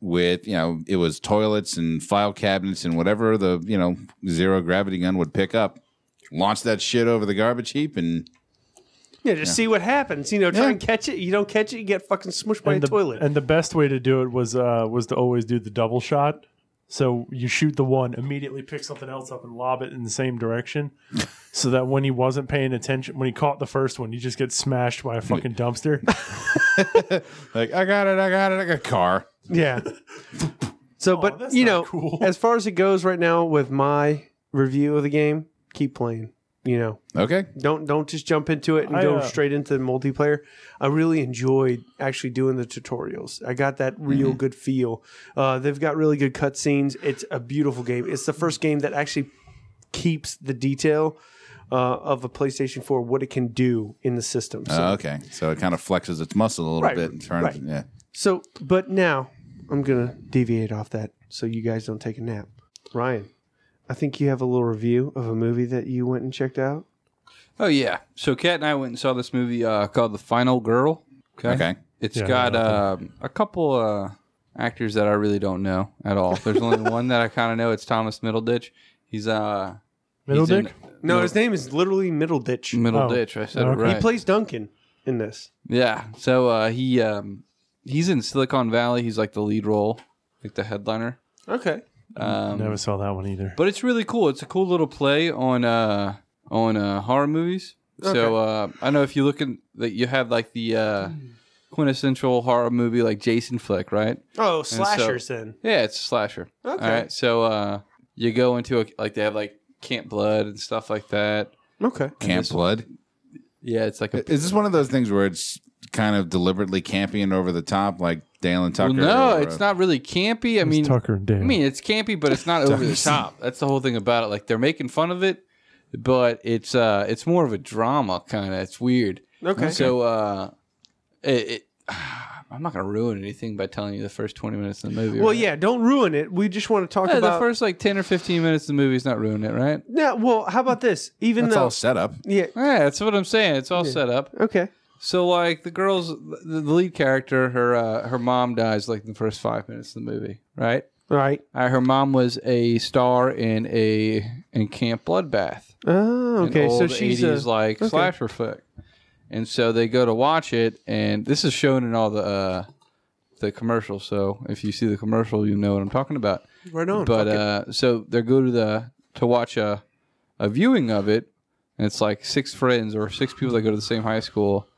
Speaker 1: With you know, it was toilets and file cabinets and whatever the you know zero gravity gun would pick up. Launch that shit over the garbage heap, and
Speaker 2: Yeah, just see what happens. You know, try
Speaker 1: Yeah.
Speaker 2: and catch it. You don't catch it, you get fucking smushed by
Speaker 4: and
Speaker 2: a
Speaker 4: the,
Speaker 2: toilet.
Speaker 4: And the best way to do it was uh, was to always do the double shot. So you shoot the one, immediately pick something else up and lob it in the same direction, so that when he wasn't paying attention, when he caught the first one, he just gets smashed by a fucking dumpster.
Speaker 1: Like I got it, I got it, I got a car.
Speaker 2: Yeah. so, but
Speaker 4: that's
Speaker 2: you
Speaker 4: not
Speaker 2: know,
Speaker 4: cool.
Speaker 2: as far as it goes right now with my review of the game, keep playing. You know,
Speaker 1: Okay,
Speaker 2: don't don't just jump into it and
Speaker 4: I,
Speaker 2: go
Speaker 4: uh,
Speaker 2: straight into the multiplayer. I really enjoyed actually doing the tutorials. I got that real good feel. Uh, they've got really good cutscenes. It's a beautiful game. It's the first game that actually keeps the detail uh, of a PlayStation 4 what it can do in the system. So
Speaker 1: Uh, okay. So it kind of flexes its muscle a little
Speaker 2: Right,
Speaker 1: bit in terms.
Speaker 2: right.
Speaker 1: Yeah.
Speaker 2: So, but now I'm going to deviate off that so you guys don't take a nap. Ryan, I think you have a little review of a movie that you went and checked out.
Speaker 3: Oh yeah. So Kat and I went and saw this movie uh, called The Final Girl.
Speaker 1: Okay.
Speaker 3: It's
Speaker 4: I
Speaker 3: got um, a couple uh, actors that I really don't know at all. There's only one that I kind of know. It's Thomas Middleditch. He's uh
Speaker 4: Middle
Speaker 3: he's in-
Speaker 4: dick.
Speaker 2: No, his name is literally Middle Ditch.
Speaker 3: Middleditch. I said it
Speaker 4: Okay.
Speaker 3: right.
Speaker 2: He plays Duncan in this.
Speaker 3: Yeah. So uh, he um, he's in Silicon Valley. He's like the lead role, like the headliner.
Speaker 2: Okay.
Speaker 3: Um,
Speaker 4: Never saw that one either.
Speaker 3: But it's really cool. It's a cool little play on uh, on uh, horror movies. So uh, I know if you look in that you have like the uh, quintessential horror movie like Jason flick, right?
Speaker 2: Oh, slashers then.
Speaker 3: Yeah, it's a slasher.
Speaker 2: Okay.
Speaker 3: All right. So uh, you go into a like they have like Camp Blood and stuff like that.
Speaker 2: Okay.
Speaker 1: Camp Blood.
Speaker 3: Yeah, it's like a
Speaker 1: Is this one of those things where it's kind of deliberately campy and over the top, like Dale and Tucker?
Speaker 3: well, no,
Speaker 1: or- uh,
Speaker 3: it's not really campy. I mean,
Speaker 4: Tucker and Dale.
Speaker 3: I mean, it's campy, but it's not over the top. That's the whole thing about it. Like they're making fun of it, but it's uh, it's more of a drama kind of. It's weird.
Speaker 2: Okay.
Speaker 3: So uh, it, it, I'm not gonna ruin anything by telling you the first 20 minutes of the movie.
Speaker 2: Well,
Speaker 3: right?
Speaker 2: yeah, don't ruin it. We just want to talk
Speaker 3: Yeah, the
Speaker 2: about.
Speaker 3: first like 10 or 15 minutes of the movie's not ruining it, right?
Speaker 2: no, well, how about this? Even
Speaker 1: That's
Speaker 2: though.
Speaker 1: all set up.
Speaker 2: yeah.
Speaker 3: Yeah, that's what I'm saying. It's all set up.
Speaker 2: Okay.
Speaker 3: So like the girls, the the lead character, her uh, her mom dies like in the first five minutes of the movie, right?
Speaker 2: All right.
Speaker 3: Uh, her mom was a star in a in Camp Bloodbath.
Speaker 2: Oh,
Speaker 3: an
Speaker 2: okay. So
Speaker 3: old
Speaker 2: she's
Speaker 3: 80s,
Speaker 2: a,
Speaker 3: like slasher flick. And so they go to watch it, and this is shown in all the uh, the commercials. So if you see the commercial, you know what I'm talking about.
Speaker 2: right on.
Speaker 3: but uh, so they go to the to watch a a viewing of it, and it's like six friends or six people that go to the same high school,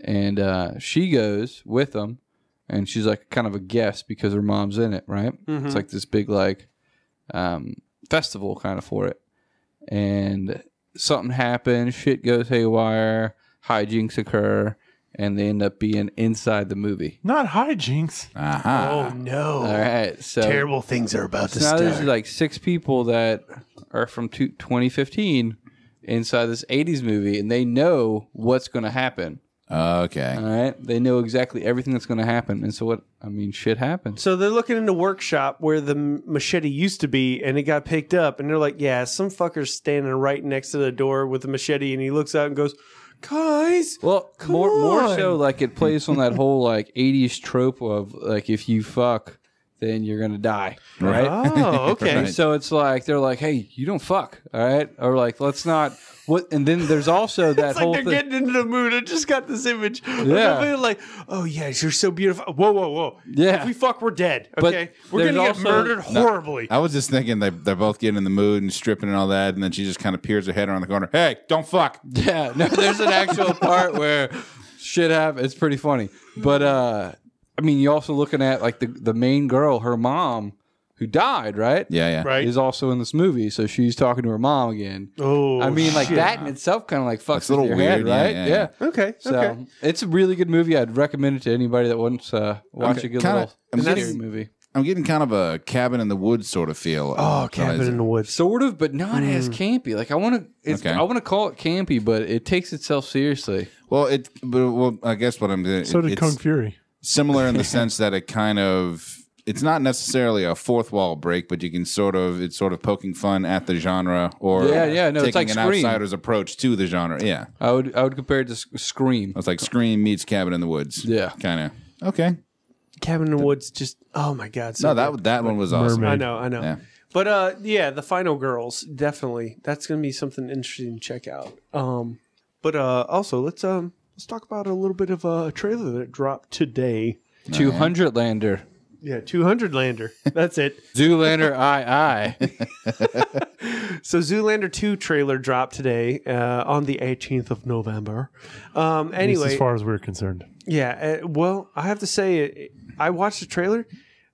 Speaker 3: and uh, she goes with them, and she's like kind of a guest because her mom's in it, right? It's like this big like um, festival kind of for it, and something happens, shit goes haywire, hijinks occur, and they end up being inside the movie.
Speaker 4: Not hijinks.
Speaker 1: Ah. Aha.
Speaker 2: oh, no.
Speaker 3: All right, so
Speaker 2: Terrible things are about to
Speaker 3: so now
Speaker 2: start.
Speaker 3: there's like six people that are from two, 2015 inside this 80s movie, and they know what's going to happen.
Speaker 1: Okay.
Speaker 3: All right, they know exactly everything that's going to happen, and so what? I mean, shit happens.
Speaker 2: So they're looking in the workshop where the m- machete used to be, and it got picked up. And they're like, "Yeah, some fucker's standing right next to the door with the machete." And he looks out and goes, "Guys,
Speaker 3: Well,
Speaker 2: Come
Speaker 3: more more
Speaker 2: on.
Speaker 3: so like it plays on that whole like 80s trope of like if you fuck, then you're going to die, right?
Speaker 2: oh, okay."
Speaker 1: Right.
Speaker 3: So it's like they're like, hey, you don't fuck, all right, or like let's not. What? And then there's also that
Speaker 2: It's
Speaker 3: whole
Speaker 2: like they're
Speaker 3: thing.
Speaker 2: getting into the mood. I just got this image.
Speaker 3: Yeah.
Speaker 2: Yeah. like, oh yes, you're so beautiful. Whoa, whoa, whoa.
Speaker 3: Yeah.
Speaker 2: If we fuck, we're dead.
Speaker 3: But
Speaker 2: Okay. we're
Speaker 3: there's
Speaker 2: gonna get
Speaker 3: also-
Speaker 2: murdered horribly.
Speaker 1: I was just thinking they, they're both getting in the mood and stripping and all that, and then she just kind of peers her head around the corner. Hey, don't fuck.
Speaker 3: Yeah, no, there's an actual part where shit happens. It's pretty funny. But uh I mean you're also looking at like the, the main girl, her mom, who died, right?
Speaker 1: Yeah, yeah.
Speaker 2: Right.
Speaker 3: Is also in this movie, so she's talking to her mom again.
Speaker 2: Oh,
Speaker 3: I mean, like that in itself kind of like fucks
Speaker 1: a little
Speaker 3: with your head,
Speaker 1: weird, yeah,
Speaker 3: right?
Speaker 1: yeah,
Speaker 2: Okay.
Speaker 3: So
Speaker 2: okay.
Speaker 3: it's a really good movie. I'd recommend it to anybody that wants to uh, watch
Speaker 1: Okay,
Speaker 3: a good
Speaker 1: kinda-
Speaker 3: little
Speaker 1: I'm
Speaker 3: scary
Speaker 1: getting-
Speaker 3: movie.
Speaker 1: I'm getting kind of a cabin in the woods sort of feel. Uh,
Speaker 2: Oh, cabin in the woods.
Speaker 3: Sort of, but not
Speaker 2: Hmm.
Speaker 3: as campy. Like I want to,
Speaker 1: Okay.
Speaker 3: I want to call it campy, but it takes itself seriously.
Speaker 1: Well, it. But, well, I guess what I'm.
Speaker 4: So did
Speaker 1: it's
Speaker 4: Kung Fury.
Speaker 1: similar in the sense that it kind of. It's not necessarily a fourth wall break, but you can sort of it's sort of poking fun at the genre, or
Speaker 3: Yeah, yeah, no, it's
Speaker 1: taking
Speaker 3: like
Speaker 1: an
Speaker 3: Scream.
Speaker 1: outsider's approach to the genre. Yeah,
Speaker 3: I would, I would compare it to Sc- Scream.
Speaker 1: It's like Scream meets Cabin in the Woods.
Speaker 3: Yeah.
Speaker 1: kind of. Okay.
Speaker 2: Cabin in the woods. Just oh my god. So
Speaker 1: No,
Speaker 2: good.
Speaker 1: that that one was awesome.
Speaker 4: Mermaid.
Speaker 2: I know, I know.
Speaker 1: Yeah.
Speaker 2: But uh, yeah, the final girls definitely. That's gonna be something interesting to check out. Um, but uh, also let's um Let's talk about a little bit of uh, a trailer that dropped today.
Speaker 3: 200 lander.
Speaker 2: Yeah, 200 Lander. That's it.
Speaker 3: Zoolander, I, I.
Speaker 2: So Zoolander 2 trailer dropped today uh, on the 18th of November. Um,
Speaker 4: At least
Speaker 2: anyway,
Speaker 4: as far as we're concerned.
Speaker 2: yeah. Uh, well, I have to say, it, I watched the trailer.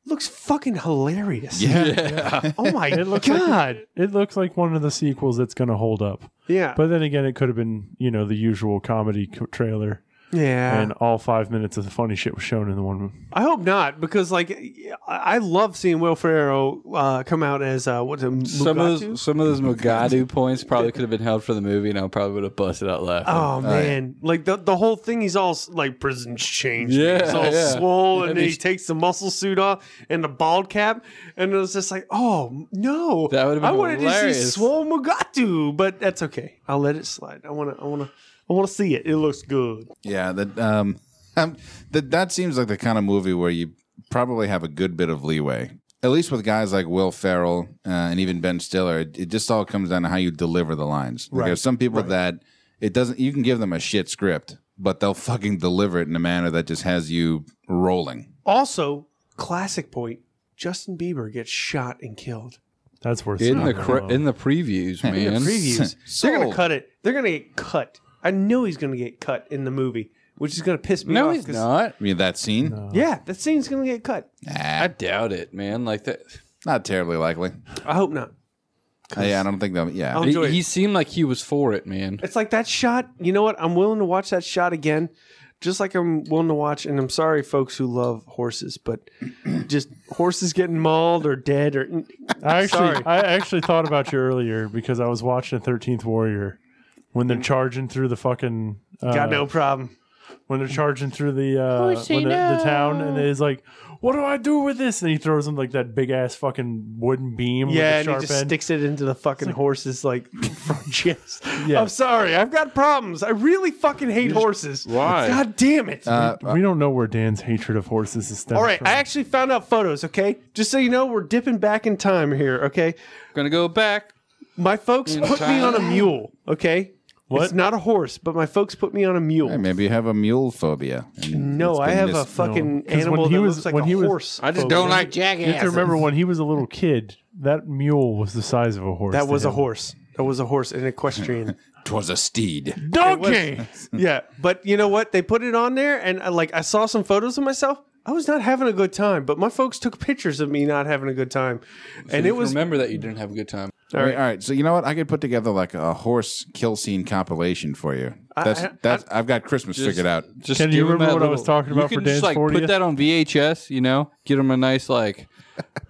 Speaker 2: looks fucking hilarious. Oh my god.
Speaker 4: It looks like one of the sequels that's going to hold up.
Speaker 2: yeah.
Speaker 4: But then again, it could have been, you know, the usual comedy co- trailer.
Speaker 2: yeah.
Speaker 4: And all five minutes of the funny shit was shown in the one.
Speaker 2: I hope not because like I I love seeing Will Ferrell uh, come out as uh, what's it?
Speaker 3: Some of,
Speaker 2: Mugatu?
Speaker 3: those, some of those Mugatu points probably could have been held for the movie, and I probably would have busted out laughing.
Speaker 2: Oh man! Like the the whole thing, he's all s- like prison change.
Speaker 3: Yeah,
Speaker 2: he's all
Speaker 3: yeah.
Speaker 2: swole, and
Speaker 3: And
Speaker 2: then he
Speaker 3: he's-
Speaker 2: takes the muscle suit off and the bald cap, and it was just like, oh no,
Speaker 3: That would've been
Speaker 2: I wanted to see
Speaker 3: hilarious.
Speaker 2: swole Mugatu, but that's okay. I'll let it slide. I want to. I want to. I want to see it. It looks good.
Speaker 1: Yeah, that um, um that that seems like the kind of movie where you probably have a good bit of leeway. At least with guys like Will Ferrell uh, and even Ben Stiller, it, it just all comes down to how you deliver the lines. Like, There's some people that it doesn't. You can give them a shit script, but they'll fucking deliver it in a manner that just has you rolling.
Speaker 2: Also, classic point: Justin Bieber gets shot and killed.
Speaker 4: That's worth
Speaker 3: in the
Speaker 4: stopping
Speaker 3: cre-
Speaker 4: alone.
Speaker 3: in the previews, man.
Speaker 2: previews. They're gonna
Speaker 1: Sold.
Speaker 2: cut it. They're gonna get cut. I know he's gonna get cut in the movie, which is gonna piss me
Speaker 3: No,
Speaker 2: off.
Speaker 3: he's
Speaker 2: 'cause-
Speaker 3: not.
Speaker 1: I mean that scene,
Speaker 2: Yeah, that scene's gonna get cut.
Speaker 3: I doubt it, man. Like that,
Speaker 1: not terribly likely.
Speaker 2: I hope not.
Speaker 1: Yeah, I don't think they'll. Yeah,
Speaker 2: I'll
Speaker 3: he,
Speaker 2: enjoy it.
Speaker 3: he seemed like he was for it, man.
Speaker 2: It's like that shot. You know what? I'm willing to watch that shot again, just like I'm willing to watch. And I'm sorry, folks who love horses, but just horses getting mauled or dead or
Speaker 4: I actually,
Speaker 2: Sorry.
Speaker 4: I actually thought about you earlier because I was watching Thirteenth Warrior when they're charging through the fucking uh,
Speaker 2: got no problem.
Speaker 4: when they're charging through the uh, when they're- the town and he's like, "What do I do with this?" And he throws him like that big ass fucking wooden beam.
Speaker 2: Yeah,
Speaker 4: with
Speaker 2: and
Speaker 4: the
Speaker 2: he
Speaker 4: sharp
Speaker 2: just
Speaker 4: end.
Speaker 2: sticks it into the fucking horse's like front chest.
Speaker 4: Yeah.
Speaker 2: I'm sorry, I've got problems. I really fucking hate horses.
Speaker 3: Why?
Speaker 2: God damn it.
Speaker 4: we don't know where Dan's hatred of horses is stemming
Speaker 2: All right,
Speaker 4: from.
Speaker 2: I actually found out photos, okay? Just so you know, we're dipping back in time here, okay?
Speaker 3: Gonna go back.
Speaker 2: My folks put me
Speaker 3: time.
Speaker 2: on a mule, okay?
Speaker 4: What?
Speaker 2: It's not a horse, but my folks put me on a
Speaker 1: Hey,
Speaker 2: mule.
Speaker 1: maybe you have a mule phobia. and
Speaker 2: No,
Speaker 1: it's
Speaker 2: I
Speaker 1: been
Speaker 2: have
Speaker 1: mis-
Speaker 2: a fucking
Speaker 4: 'cause
Speaker 2: animal
Speaker 4: when he
Speaker 2: that
Speaker 4: was-
Speaker 2: looks like
Speaker 4: when
Speaker 2: a
Speaker 4: he was-
Speaker 2: horse.
Speaker 3: I just don't like
Speaker 4: you have to remember when he was a little kid, that mule was the size of a horse.
Speaker 2: that
Speaker 4: to
Speaker 2: was a
Speaker 4: him.
Speaker 2: horse. That was a horse, an equestrian.
Speaker 1: Twas a steed.
Speaker 4: donkey.
Speaker 2: yeah, but you know what? They put it on there, and I, like I saw some photos of myself. I was not having a good time, but my folks took pictures of me not having a good time, and it was
Speaker 3: remember that you didn't have a good time.
Speaker 1: All right, all right. So you know what? I could put together like a horse kill scene compilation for you. That's
Speaker 2: I-
Speaker 1: that's. I, have got Christmas figured out.
Speaker 3: Just
Speaker 4: Can you
Speaker 3: give him
Speaker 4: remember
Speaker 3: that
Speaker 4: what I was talking about
Speaker 3: you
Speaker 4: for
Speaker 3: can just, like
Speaker 4: Dan's 40th?
Speaker 3: put that on VHS, you know, get him a nice like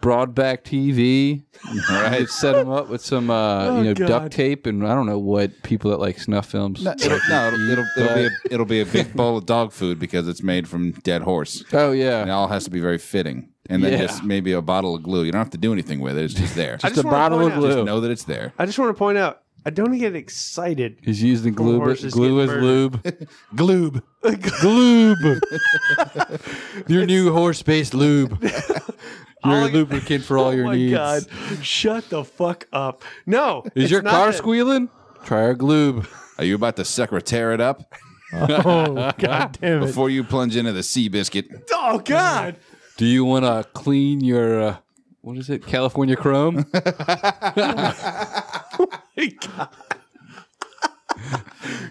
Speaker 3: broadback TV,
Speaker 1: All right.
Speaker 3: It set him up with some uh, you know
Speaker 2: Oh, God.
Speaker 3: duct tape and I don't know what people that like snuff films.
Speaker 1: No, it'll, no, it'll, it'll, it'll be a, it'll be a big bowl of dog food because it's made from dead horse.
Speaker 3: Oh
Speaker 1: And it
Speaker 3: yeah,
Speaker 1: all has to be very fitting. And then
Speaker 3: Yeah.
Speaker 1: just maybe a bottle of glue. You don't have to do anything with it. It's just there.
Speaker 2: I
Speaker 1: just,
Speaker 2: just
Speaker 3: a
Speaker 2: wanna
Speaker 3: bottle
Speaker 2: point
Speaker 3: of
Speaker 2: out-
Speaker 3: glue.
Speaker 1: know that it's there.
Speaker 2: I just want to point out, I don't get excited.
Speaker 3: he's using glue,
Speaker 2: horse
Speaker 3: but
Speaker 2: is
Speaker 3: glue as
Speaker 2: getting
Speaker 3: lube.
Speaker 1: Gloob.
Speaker 3: Gloob, your new horse-based lube, your
Speaker 2: All I-
Speaker 3: lubricant for all your
Speaker 2: oh my
Speaker 3: needs.
Speaker 2: god! Shut the fuck up! No,
Speaker 3: Is
Speaker 2: it's
Speaker 3: your
Speaker 2: not
Speaker 3: car
Speaker 2: that-
Speaker 3: squealing? Try our gloob.
Speaker 1: Are you about to secretary it up
Speaker 4: oh god damn it!
Speaker 1: Ah, before you plunge into the sea biscuit?
Speaker 2: Oh god!
Speaker 3: Do you want to clean your uh, what is it, California Chrome?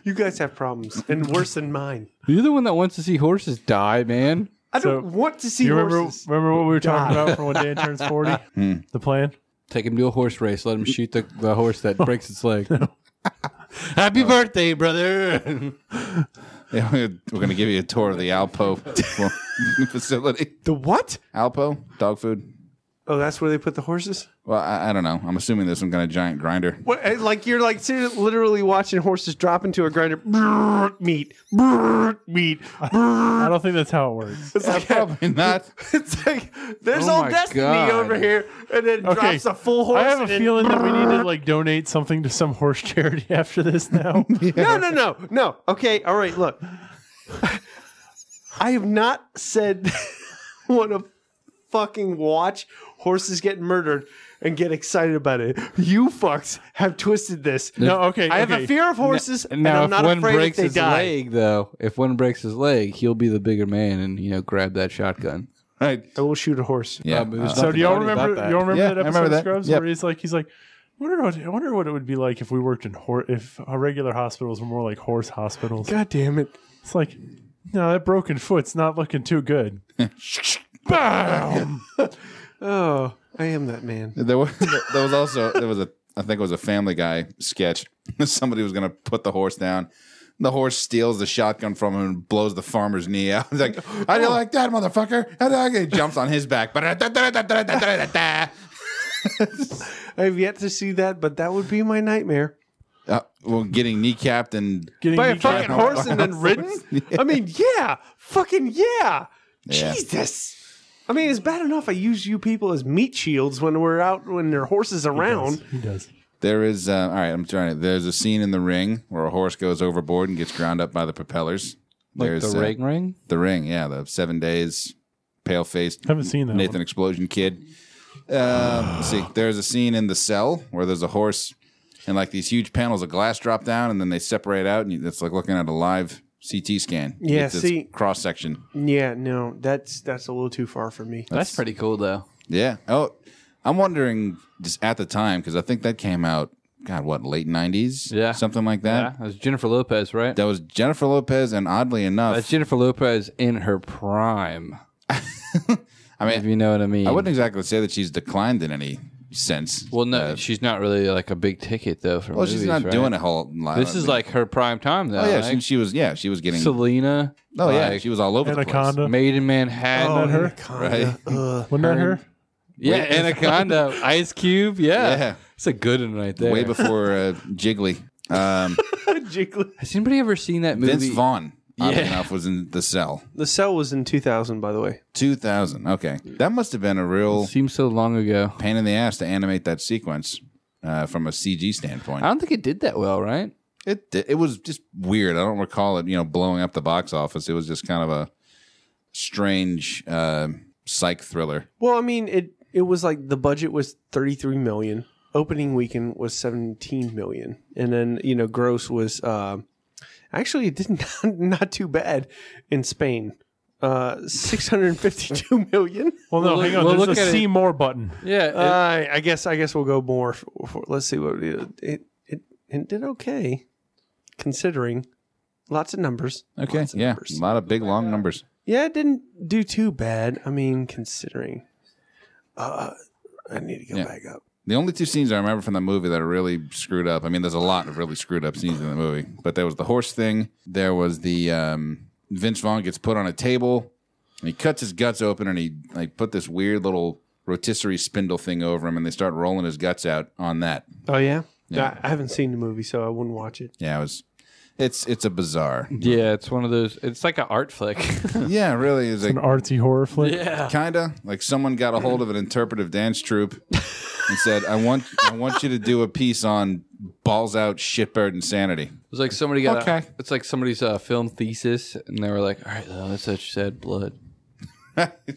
Speaker 2: You guys have problems, and worse than mine.
Speaker 3: You're the one that wants to see horses die, man.
Speaker 2: I
Speaker 4: So,
Speaker 2: don't want to see
Speaker 4: You remember
Speaker 2: horses.
Speaker 4: remember what we were talking
Speaker 2: God.
Speaker 4: about for when Dan turns forty?
Speaker 1: Hmm.
Speaker 4: the plan.
Speaker 3: Take him to a horse race. Let him shoot the, the horse
Speaker 1: Oh,
Speaker 3: that breaks its leg. Oh. Happy birthday, brother.
Speaker 1: Yeah, we're going to give you a tour of the Alpo facility.
Speaker 2: The what?
Speaker 1: Alpo dog food.
Speaker 2: Oh, that's where they put the horses.
Speaker 1: Well, I, I don't know. I'm assuming there's some kind of giant grinder.
Speaker 2: What, eh, like you're like seriously, literally watching horses drop into a grinder. Brrr, meat, brrr, meat.
Speaker 4: I don't think that's how it works.
Speaker 2: It's like,
Speaker 1: Probably not.
Speaker 2: it's like there's
Speaker 3: Oh
Speaker 2: all
Speaker 3: my
Speaker 2: destiny
Speaker 3: God.
Speaker 2: over here, and then
Speaker 4: Okay,
Speaker 2: drops a full horse.
Speaker 4: I have a
Speaker 2: and then
Speaker 4: feeling that we need to like donate something to some horse charity after this now.
Speaker 2: No, no, no, no. Okay, all right. Look, I have not said one of fucking watch horses get murdered and get excited about it. You fucks have twisted this.
Speaker 4: No, okay,
Speaker 2: I have
Speaker 4: okay.
Speaker 2: a fear of horses, and
Speaker 3: now,
Speaker 2: I'm
Speaker 3: if
Speaker 2: not
Speaker 3: one
Speaker 2: afraid
Speaker 3: breaks
Speaker 2: if they
Speaker 3: his
Speaker 2: die.
Speaker 3: leg, though, if one breaks his leg, he'll be the bigger man and you know grab that shotgun.
Speaker 1: Right.
Speaker 2: I will shoot a horse.
Speaker 1: Yeah.
Speaker 3: Um, it was
Speaker 1: uh,
Speaker 4: So do y'all
Speaker 3: Nothing funny about
Speaker 4: remember?
Speaker 3: that.
Speaker 4: Y'all remember
Speaker 1: Yeah,
Speaker 4: that
Speaker 1: I
Speaker 4: episode
Speaker 1: remember
Speaker 4: of
Speaker 1: that.
Speaker 4: Scrubs
Speaker 1: Yep.
Speaker 4: where he's like, he's like, I wonder what I wonder what it would be like if we worked in hor- if our regular hospitals were more like horse hospitals.
Speaker 2: God damn it.
Speaker 4: It's like, no, that broken foot's not looking too good. Bam!
Speaker 2: Oh, I am that man.
Speaker 1: There was there was also there was a I think it was a Family Guy sketch. Somebody was gonna put the horse down. The horse steals the shotgun from him and blows the farmer's knee out. He's like, "How do you like that, motherfucker?" How do you like it? He jumps on his back.
Speaker 2: I've yet to see that, but that would be my nightmare.
Speaker 1: Uh, well, getting kneecapped and
Speaker 4: Getting
Speaker 2: By a
Speaker 4: kneecapped
Speaker 2: fucking
Speaker 4: by-
Speaker 2: horse and then ridden? I mean, yeah. Fucking yeah.
Speaker 1: Yeah.
Speaker 2: Jesus. I mean, it's bad enough I use you people as meat shields when we're out, when there are horses around.
Speaker 4: He does.
Speaker 1: There is, uh, all right, I'm trying to. There's a scene in The Ring where a horse goes overboard and gets ground up by the propellers.
Speaker 3: Like the
Speaker 1: uh,
Speaker 3: ring ring.
Speaker 1: The Ring, yeah, the seven days, pale faced
Speaker 4: I haven't seen that.
Speaker 1: Nathan
Speaker 4: one.
Speaker 1: Explosion Kid. Um, let's see, there's a scene in The Cell where there's a horse and like these huge panels of glass drop down and then they separate out and it's like looking at a live CT scan.
Speaker 2: Yeah,
Speaker 1: It's this
Speaker 2: see-
Speaker 1: cross section.
Speaker 2: Yeah, no, that's that's a little too far for me.
Speaker 3: That's pretty cool, though.
Speaker 1: Yeah. Oh, I'm wondering just at the time because I think that came out. God, what late '90s?
Speaker 3: Yeah.
Speaker 1: something like that.
Speaker 3: Yeah, that was Jennifer Lopez, right?
Speaker 1: That was Jennifer Lopez, and oddly enough,
Speaker 3: That's Jennifer Lopez in her prime.
Speaker 1: I mean,
Speaker 3: If you know what I mean.
Speaker 1: I wouldn't exactly say that she's declined in any sense. uh,
Speaker 3: Well, no, she's not really like a big ticket though for
Speaker 1: Well, she's
Speaker 3: movies,
Speaker 1: not
Speaker 3: right?
Speaker 1: doing a whole lot.
Speaker 3: This is like uh, her prime time though.
Speaker 1: oh yeah,
Speaker 3: like,
Speaker 1: she, she was yeah, she was getting.
Speaker 3: Selena.
Speaker 1: oh yeah,
Speaker 3: like,
Speaker 1: she was all over the place.
Speaker 4: Anaconda.
Speaker 3: Made in
Speaker 2: Oh,
Speaker 3: Manhattan.
Speaker 4: her?
Speaker 1: Right?
Speaker 4: Wasn't that her?
Speaker 3: yeah, Anaconda. Ice Cube. Yeah.
Speaker 1: Yeah.
Speaker 3: it's a good one right there.
Speaker 1: Way before uh, Jiggly. Um,
Speaker 2: Jiggly.
Speaker 3: Has anybody ever seen that movie?
Speaker 1: Vince Vaughn, oddly
Speaker 3: Yeah.
Speaker 1: enough, was in the cell.
Speaker 2: The cell was in 2000, by the way.
Speaker 1: 2000. Okay, that must have been a real
Speaker 3: Seems so long ago.
Speaker 1: pain in the ass to animate that sequence uh, from a CG standpoint.
Speaker 3: I don't think it did that well, right?
Speaker 1: It it was just weird. I don't recall it, you know, blowing up the box office. It was just kind of a strange uh, psych thriller.
Speaker 2: Well, I mean, it it was like the budget was 33 million. Opening weekend was 17 million, and then you know, gross was uh, actually it did not not too bad in Spain. Uh, 652 million.
Speaker 4: Well, no,
Speaker 3: Well,
Speaker 4: hang on.
Speaker 3: well,
Speaker 4: There's
Speaker 3: look
Speaker 4: a
Speaker 3: at it.
Speaker 4: see more button.
Speaker 3: Yeah. it-
Speaker 2: Uh, I guess I guess we'll go more. For, for- let's see what it, it it it did okay, considering lots of numbers.
Speaker 1: Okay,
Speaker 2: Lots of
Speaker 1: yeah,
Speaker 2: numbers.
Speaker 1: a lot of big long numbers.
Speaker 2: Yeah, it didn't do too bad. I mean, considering. Uh, I need to go
Speaker 1: Yeah.
Speaker 2: back up.
Speaker 1: The only two scenes I remember from that movie that are really screwed up. I mean, there's a lot of really screwed up scenes in the movie, but there was the horse thing. There was the um, Vince Vaughn gets put on a table, and he cuts his guts open, and he like put this weird little rotisserie spindle thing over him, and they start rolling his guts out on that.
Speaker 2: Oh yeah,
Speaker 1: Yeah.
Speaker 2: I, I haven't seen the movie, so I wouldn't watch it.
Speaker 1: Yeah, it was. It's it's a bizarre.
Speaker 3: yeah, it's one of those. It's like an art flick.
Speaker 1: yeah, it really is like
Speaker 4: An artsy horror flick.
Speaker 3: yeah.
Speaker 1: Kinda like someone got a hold of an interpretive dance troupe and said, "I want, I want you to do a piece on balls out shitbird insanity."
Speaker 3: It's like somebody got.
Speaker 1: Okay.
Speaker 3: A, it's like somebody's uh, film thesis, and they were like, "All right, though, that's such sad blood.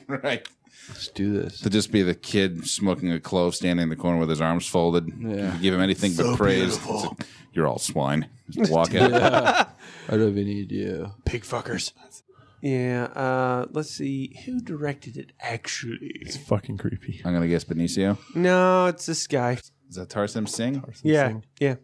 Speaker 1: right.
Speaker 3: Let's do this."
Speaker 1: To just be the kid smoking a clove, standing in the corner with his arms folded.
Speaker 3: Yeah.
Speaker 1: You could give him anything but praise. It's like, You're all swine. Just walk out.
Speaker 3: I don't have any idea.
Speaker 2: Pig fuckers. Yeah. Uh, let's see who directed it. Actually,
Speaker 4: It's fucking creepy.
Speaker 1: I'm gonna guess Benicio.
Speaker 2: no, it's this guy.
Speaker 1: Is that Tarsim Singh?
Speaker 2: Yeah, yeah,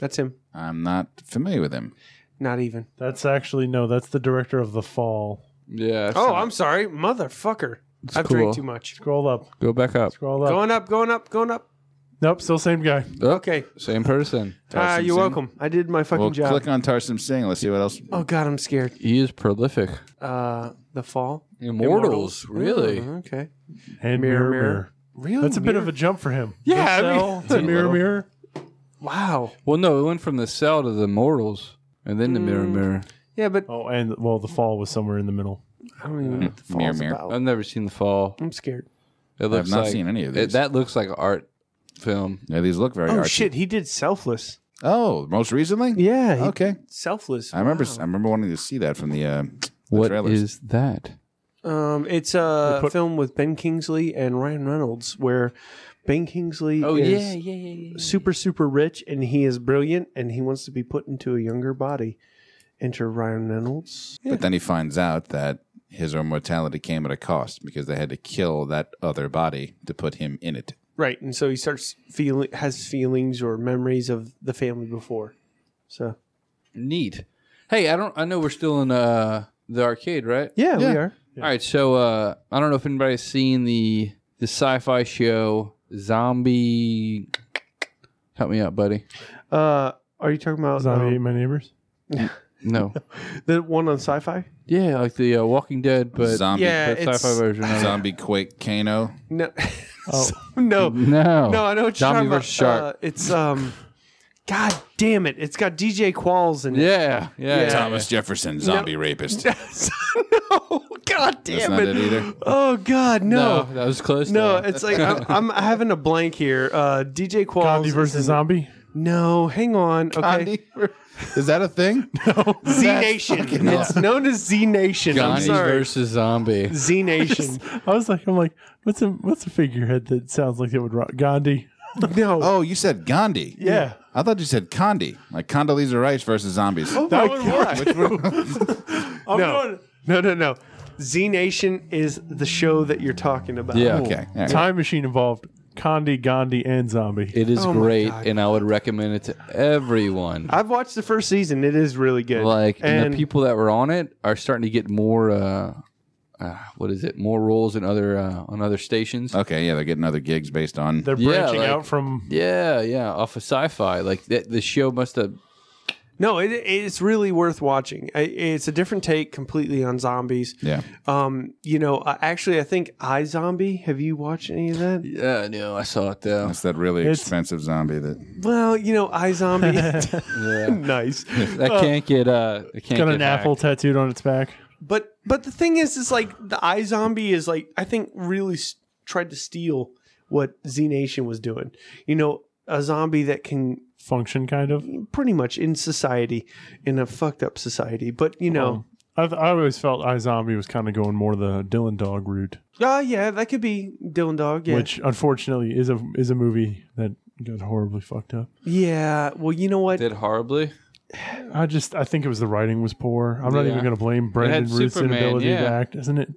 Speaker 2: that's him.
Speaker 1: I'm not familiar with him.
Speaker 2: Not even.
Speaker 4: That's actually no. That's the director of The Fall.
Speaker 3: Yeah. it's
Speaker 2: Oh,
Speaker 3: not-
Speaker 2: I'm sorry, motherfucker. I've
Speaker 3: cool.
Speaker 2: drank too much.
Speaker 4: Scroll up.
Speaker 3: go back up.
Speaker 4: Scroll up.
Speaker 2: Going up, going up, going up.
Speaker 4: Nope. Still same guy.
Speaker 3: Oh,
Speaker 2: Okay.
Speaker 3: Same person.
Speaker 2: Ah,
Speaker 1: Tarsim
Speaker 2: you're
Speaker 1: Singh?
Speaker 2: welcome. I did my fucking
Speaker 1: Well,
Speaker 2: job.
Speaker 1: click on Tarsim Singh. Let's see what else.
Speaker 2: oh God, I'm scared.
Speaker 3: He is prolific.
Speaker 2: Uh, the fall.
Speaker 3: Immortals, Mm-hmm. really?
Speaker 2: Oh, okay. Mirror,
Speaker 4: And mirror, mirror.
Speaker 2: mirror. Really?
Speaker 4: That's a bit
Speaker 2: Mirror?
Speaker 4: of a jump for him.
Speaker 2: Yeah,
Speaker 4: The
Speaker 2: I mean-
Speaker 4: Cell to mirror, mirror.
Speaker 2: wow.
Speaker 3: Well, no, it went from the cell to the mortals, and then the mirror, mirror.
Speaker 2: Yeah, but
Speaker 4: Oh, and well, The Fall was somewhere in the middle.
Speaker 2: I don't even know what the fall's
Speaker 1: Mirror, Oh. mirror.
Speaker 2: about.
Speaker 3: I've never seen the fall.
Speaker 2: I'm scared.
Speaker 3: It looks
Speaker 1: not
Speaker 3: like,
Speaker 1: seen any of
Speaker 3: it-
Speaker 1: these.
Speaker 3: that looks like an art film.
Speaker 1: Yeah, these look very.
Speaker 2: Oh
Speaker 1: artsy.
Speaker 2: shit, he did selfless.
Speaker 1: Oh, most recently.
Speaker 2: Yeah. He
Speaker 1: Okay.
Speaker 2: Selfless.
Speaker 1: I remember. I remember wanting to see that from the. Uh,
Speaker 3: What is
Speaker 1: trailers.
Speaker 3: that?
Speaker 2: Um, it's a
Speaker 4: They put-
Speaker 2: film with Ben Kingsley and Ryan Reynolds where Ben Kingsley
Speaker 3: Oh
Speaker 2: is
Speaker 3: yeah, yeah, yeah, yeah.
Speaker 2: super super rich and he is brilliant and he wants to be put into a younger body. Enter Ryan Reynolds.
Speaker 1: But then he finds out that his immortality came at a cost because they had to kill that other body to put him in it.
Speaker 2: Right, and so he starts feeling has feelings or memories of the family before. So
Speaker 3: Neat. Hey, I don't. I know we're still in uh, the arcade, right?
Speaker 2: yeah, we are.
Speaker 3: All right. So uh, I don't know if anybody's seen the the sci-fi show Zombie. Help me out, buddy.
Speaker 2: Uh, are you talking about
Speaker 4: Zombie
Speaker 2: um,
Speaker 4: ate my neighbors.
Speaker 3: No.
Speaker 2: the one on Sci-Fi?
Speaker 3: yeah, like the uh, Walking Dead, but
Speaker 1: zombie,
Speaker 2: yeah,
Speaker 3: but
Speaker 2: it's-
Speaker 3: sci-fi version. Of it.
Speaker 1: zombie quake Kano.
Speaker 2: No, Oh. no,
Speaker 3: No.
Speaker 2: No, I know what you're
Speaker 3: Zombie
Speaker 2: talking about.
Speaker 3: Oh, versus shark.
Speaker 2: Uh, it's um, God damn it! It's got DJ Qualls in it.
Speaker 3: Yeah. Yeah.
Speaker 2: Yeah.
Speaker 3: yeah.
Speaker 1: Thomas Jefferson, zombie rapist.
Speaker 2: no, God damn
Speaker 1: That's not it
Speaker 2: it!
Speaker 1: either.
Speaker 2: Oh God,
Speaker 3: No,
Speaker 2: no,
Speaker 3: that was close.
Speaker 2: no!
Speaker 3: though.
Speaker 2: it's like I'm, I'm having a blank here. Uh, DJ Qualls
Speaker 4: Gandhi
Speaker 2: is
Speaker 4: versus
Speaker 2: in-
Speaker 4: zombie.
Speaker 2: No, hang on. Okay,
Speaker 1: Is that a thing?
Speaker 2: Z Nation. It's known as Z Nation. I'm
Speaker 3: Gandhi
Speaker 2: sorry,
Speaker 3: versus zombie.
Speaker 2: Z Nation.
Speaker 4: I was like, I'm like, what's a what's a figurehead that sounds like it would rock Gandhi?
Speaker 2: no,
Speaker 1: Oh, you said Gandhi.
Speaker 4: Yeah.
Speaker 1: I thought you said Condi, like Condoleezza Rice versus zombies.
Speaker 2: Oh.
Speaker 4: That would work.
Speaker 2: no,
Speaker 4: I'm going-
Speaker 2: no, no, no. Z Nation is the show that you're talking about.
Speaker 3: Yeah.
Speaker 1: Okay. all right.
Speaker 4: Time machine involved. Condi, Gandhi, and zombie.
Speaker 3: It is
Speaker 2: Oh my
Speaker 3: great,
Speaker 2: God.
Speaker 3: and I would recommend it to everyone.
Speaker 2: I've watched the first season. It is really good.
Speaker 3: like and,
Speaker 2: and
Speaker 3: the people that were on it are starting to get more uh, uh what is it more roles in other uh, on other stations
Speaker 1: Okay. Yeah, they're getting other gigs based on.
Speaker 4: They're
Speaker 3: Yeah,
Speaker 4: branching
Speaker 3: like-
Speaker 4: out from
Speaker 3: yeah yeah off of sci-fi like that the show must have
Speaker 2: No, it, it's really worth watching. I- It's a different take completely on zombies.
Speaker 1: Yeah.
Speaker 2: Um, you know, I- actually, I think I Zombie. Have you watched any of that?
Speaker 3: yeah no i saw it though
Speaker 1: That's that really
Speaker 4: It's-
Speaker 1: expensive zombie that.
Speaker 2: Well, you know, I Zombie. nice.
Speaker 3: that can't get uh it can't
Speaker 4: got
Speaker 3: get
Speaker 4: an apple tattooed on its back.
Speaker 2: But but the thing is, is like the I Zombie is like I think really s- tried to steal what Z Nation was doing. You know, a zombie that can
Speaker 4: Function kind of.
Speaker 2: pretty much in society, in a fucked up society. But you know.
Speaker 4: I I always felt iZombie was kind of going more the Dylan Dog route,
Speaker 2: Ah, yeah, that could be Dylan Dog. Yeah,
Speaker 4: which unfortunately is a is a movie that got horribly fucked up.
Speaker 2: yeah. Well, you know what?
Speaker 3: did horribly
Speaker 4: I just I think it was the writing was poor. I'm not
Speaker 3: Yeah.
Speaker 4: even going to blame Brandon Ruth's
Speaker 3: Superman,
Speaker 4: inability
Speaker 3: yeah.
Speaker 4: to act, isn't it?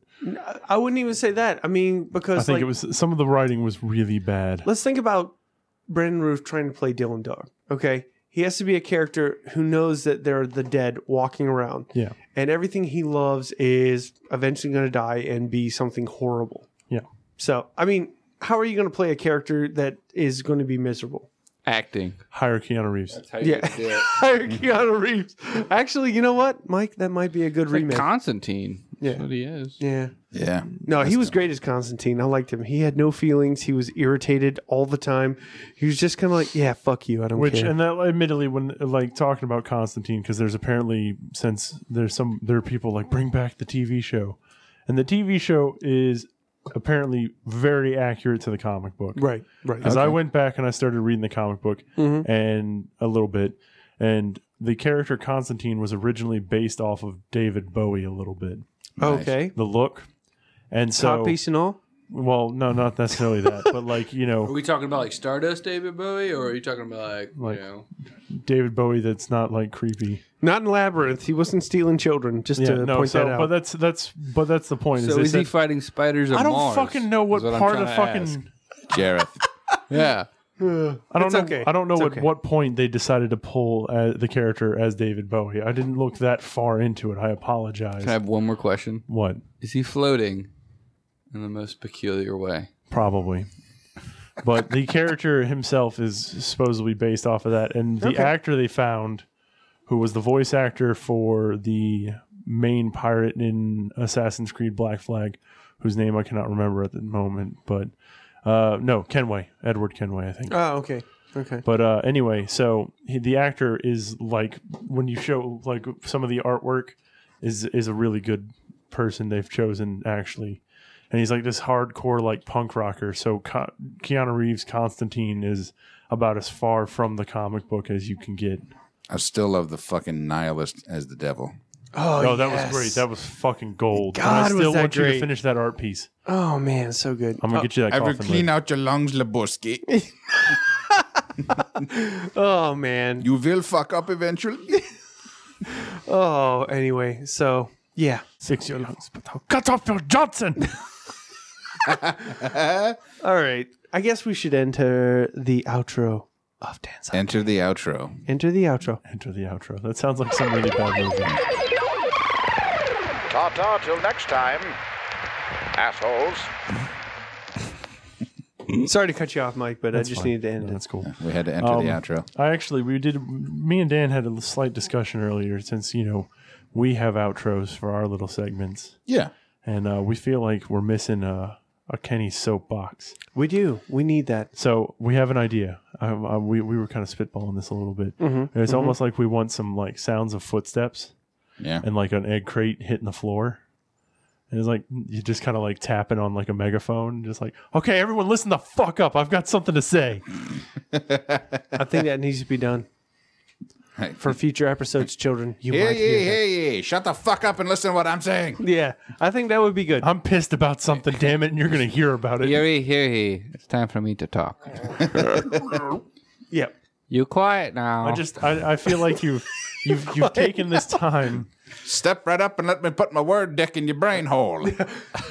Speaker 2: I wouldn't even say that. I mean, because
Speaker 4: I think
Speaker 2: like,
Speaker 4: it was some of the writing was really bad.
Speaker 2: Let's think about Brandon Roof trying to play Dylan Dog. Okay, he has to be a character who knows that they're the dead walking around.
Speaker 4: Yeah.
Speaker 2: and everything he loves is eventually going to die and be something horrible.
Speaker 4: Yeah.
Speaker 2: So, I mean, how are you going to play a character that is going to be miserable?
Speaker 3: acting
Speaker 4: Hire Keanu Reeves.
Speaker 2: Yeah. Hire Keanu Reeves. Actually, you know what, Mike? That might be a good remake.
Speaker 3: constantine
Speaker 2: Yeah.
Speaker 3: that's what he is
Speaker 2: yeah.
Speaker 1: Yeah.
Speaker 2: No, he was great as Constantine. I liked him. He had no feelings. He was irritated all the time. He was just kind of like, yeah, fuck you. I don't
Speaker 4: Which
Speaker 2: care.
Speaker 4: and that admittedly when like talking about Constantine because there's apparently since there's some there are people like bring back the TV show, and the TV show is apparently very accurate to the comic book.
Speaker 2: right, right.
Speaker 4: Because I went back and I started reading the comic book and a little bit, and the character Constantine was originally based off of David Bowie a little bit,
Speaker 2: okay.
Speaker 4: the look, and so
Speaker 2: Top piece and all.
Speaker 4: well, no, not necessarily that, but like you
Speaker 3: are
Speaker 4: know
Speaker 3: we talking about like stardust david bowie or are you talking about like,
Speaker 4: Like-
Speaker 3: you know
Speaker 4: David Bowie that's not like creepy.
Speaker 2: Not in Labyrinth. He wasn't stealing children, just
Speaker 4: Yeah,
Speaker 2: to
Speaker 4: no,
Speaker 2: point
Speaker 4: so
Speaker 2: that out.
Speaker 4: but that's that's but that's the point.
Speaker 3: so
Speaker 4: they
Speaker 3: is he
Speaker 4: said-
Speaker 3: fighting spiders or
Speaker 4: I don't
Speaker 3: Mars,
Speaker 4: fucking know what,
Speaker 3: is I'm
Speaker 4: part of
Speaker 3: trying to
Speaker 4: fucking.
Speaker 3: ask.
Speaker 1: Jareth.
Speaker 3: yeah
Speaker 4: I don't
Speaker 2: It's
Speaker 4: know.
Speaker 2: okay.
Speaker 4: I don't know
Speaker 2: It's
Speaker 4: at
Speaker 2: okay.
Speaker 4: what point they decided to pull uh, the character as David Bowie. I didn't look that far into it. I apologize.
Speaker 3: can i have one more question
Speaker 4: what?
Speaker 3: Is he floating in the most peculiar way?
Speaker 4: Probably. But the character himself is supposedly based off of that. And the actor they found, who was the voice actor for the main pirate in Assassin's Creed Black Flag, whose name I cannot remember at the moment, but uh, no, Kenway, Edward Kenway, I think.
Speaker 2: oh, okay. Okay.
Speaker 4: But uh, anyway, so he, the actor is like when you show like some of the artwork is is a really good person they've chosen actually, and he's like this hardcore like punk rocker. So Co- Keanu Reeves Constantine is about as far from the comic book as you can get.
Speaker 1: I still love the fucking nihilist as the devil.
Speaker 2: Oh,
Speaker 4: that
Speaker 2: yes.
Speaker 4: was great. That was fucking gold. And I
Speaker 2: God, was
Speaker 4: still
Speaker 2: that
Speaker 4: want you to
Speaker 2: great.
Speaker 4: finish that art piece.
Speaker 2: Oh man, so good.
Speaker 4: I'm gonna get you that
Speaker 1: Ever
Speaker 4: coffin.
Speaker 1: clean
Speaker 4: lid.
Speaker 1: out your lungs, Lebowski?
Speaker 2: Oh man.
Speaker 1: You will fuck up eventually.
Speaker 2: Oh, anyway, so yeah.
Speaker 4: Fix your lungs, but I'll cut off your Johnson.
Speaker 2: All right. I guess we should enter the outro of Dance. Hall.
Speaker 1: Enter the outro.
Speaker 2: Enter the outro.
Speaker 4: Enter the outro. That sounds like some really bad movie.
Speaker 7: Ta ta till next time, assholes.
Speaker 2: Sorry to cut you off, Mike, but I just
Speaker 4: fine.
Speaker 2: needed to end
Speaker 4: No,
Speaker 2: it.
Speaker 4: that's cool.
Speaker 1: We had to enter the
Speaker 4: Um,
Speaker 1: outro.
Speaker 4: I actually, we did. Me and Dan had a slight discussion earlier, since you know we have outros for our little segments,
Speaker 1: Yeah.
Speaker 4: and uh, we feel like we're missing a, a Kenny soapbox.
Speaker 2: We do. We need that.
Speaker 4: So we have an idea. Um, uh, we we were kind of spitballing this a little bit. It's almost like we want some like sounds of footsteps
Speaker 1: Yeah.
Speaker 4: and like an egg crate hitting the floor. And it's like you just kind of like tapping on like a megaphone, just like, okay, everyone, listen the fuck up. I've got something to say.
Speaker 2: I think that needs to be done
Speaker 1: Right.
Speaker 2: for future episodes, children. You
Speaker 1: Hey,
Speaker 2: might hear
Speaker 1: hey, hey, hey. Shut the fuck up and listen to what I'm saying.
Speaker 2: that. Yeah, I think that would be good.
Speaker 4: I'm pissed about something, damn it, and you're gonna hear about it.
Speaker 3: Yuri, Yuri, it's time for me to talk.
Speaker 2: yeah.
Speaker 3: You quiet now.
Speaker 4: I just I, I feel like you've you've you've taken this time.
Speaker 1: Step right up and let me put my word dick in your brain hole.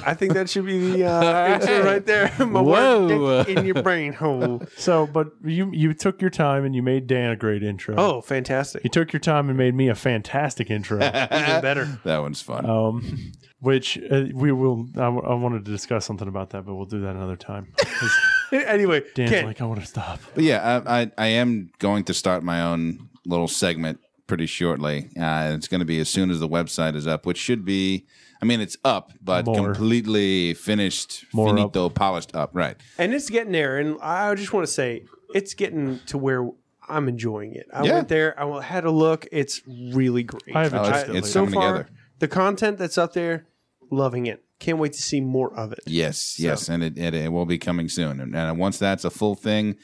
Speaker 2: I think that should be the uh, intro right there. My word
Speaker 3: Whoa.
Speaker 2: dick in your brain hole.
Speaker 4: So, but you you took your time and you made Dan a great intro.
Speaker 2: Oh,
Speaker 4: you
Speaker 2: fantastic.
Speaker 4: took your time and made me a fantastic intro.
Speaker 2: Even better.
Speaker 1: That one's fun.
Speaker 4: um, which uh, we will. I, w- I wanted to discuss something about that, but we'll do that another time. 'Cause
Speaker 2: anyway,
Speaker 4: Dan's
Speaker 2: Ken,
Speaker 4: like, I want to stop.
Speaker 1: But yeah, I, I, I am going to start my own little segment pretty shortly. Uh, and it's going to be as soon as the website is up, which should be, I mean, it's up, but
Speaker 4: More.
Speaker 1: completely finished,
Speaker 4: More up.
Speaker 1: finito, polished up. Right.
Speaker 2: and it's getting there. And I just want to say, it's getting to where I'm enjoying it. I
Speaker 1: Yeah.
Speaker 2: went there. I had a look. It's really great.
Speaker 4: I haven't
Speaker 1: Oh,
Speaker 4: touched
Speaker 1: it's, it's
Speaker 4: it. lately.
Speaker 2: so
Speaker 1: coming
Speaker 2: far,
Speaker 1: together.
Speaker 2: the content that's up there, loving it. Can't wait to see more of it.
Speaker 1: Yes, yes, and it, it, it will be coming soon. And, and once that's a full thing,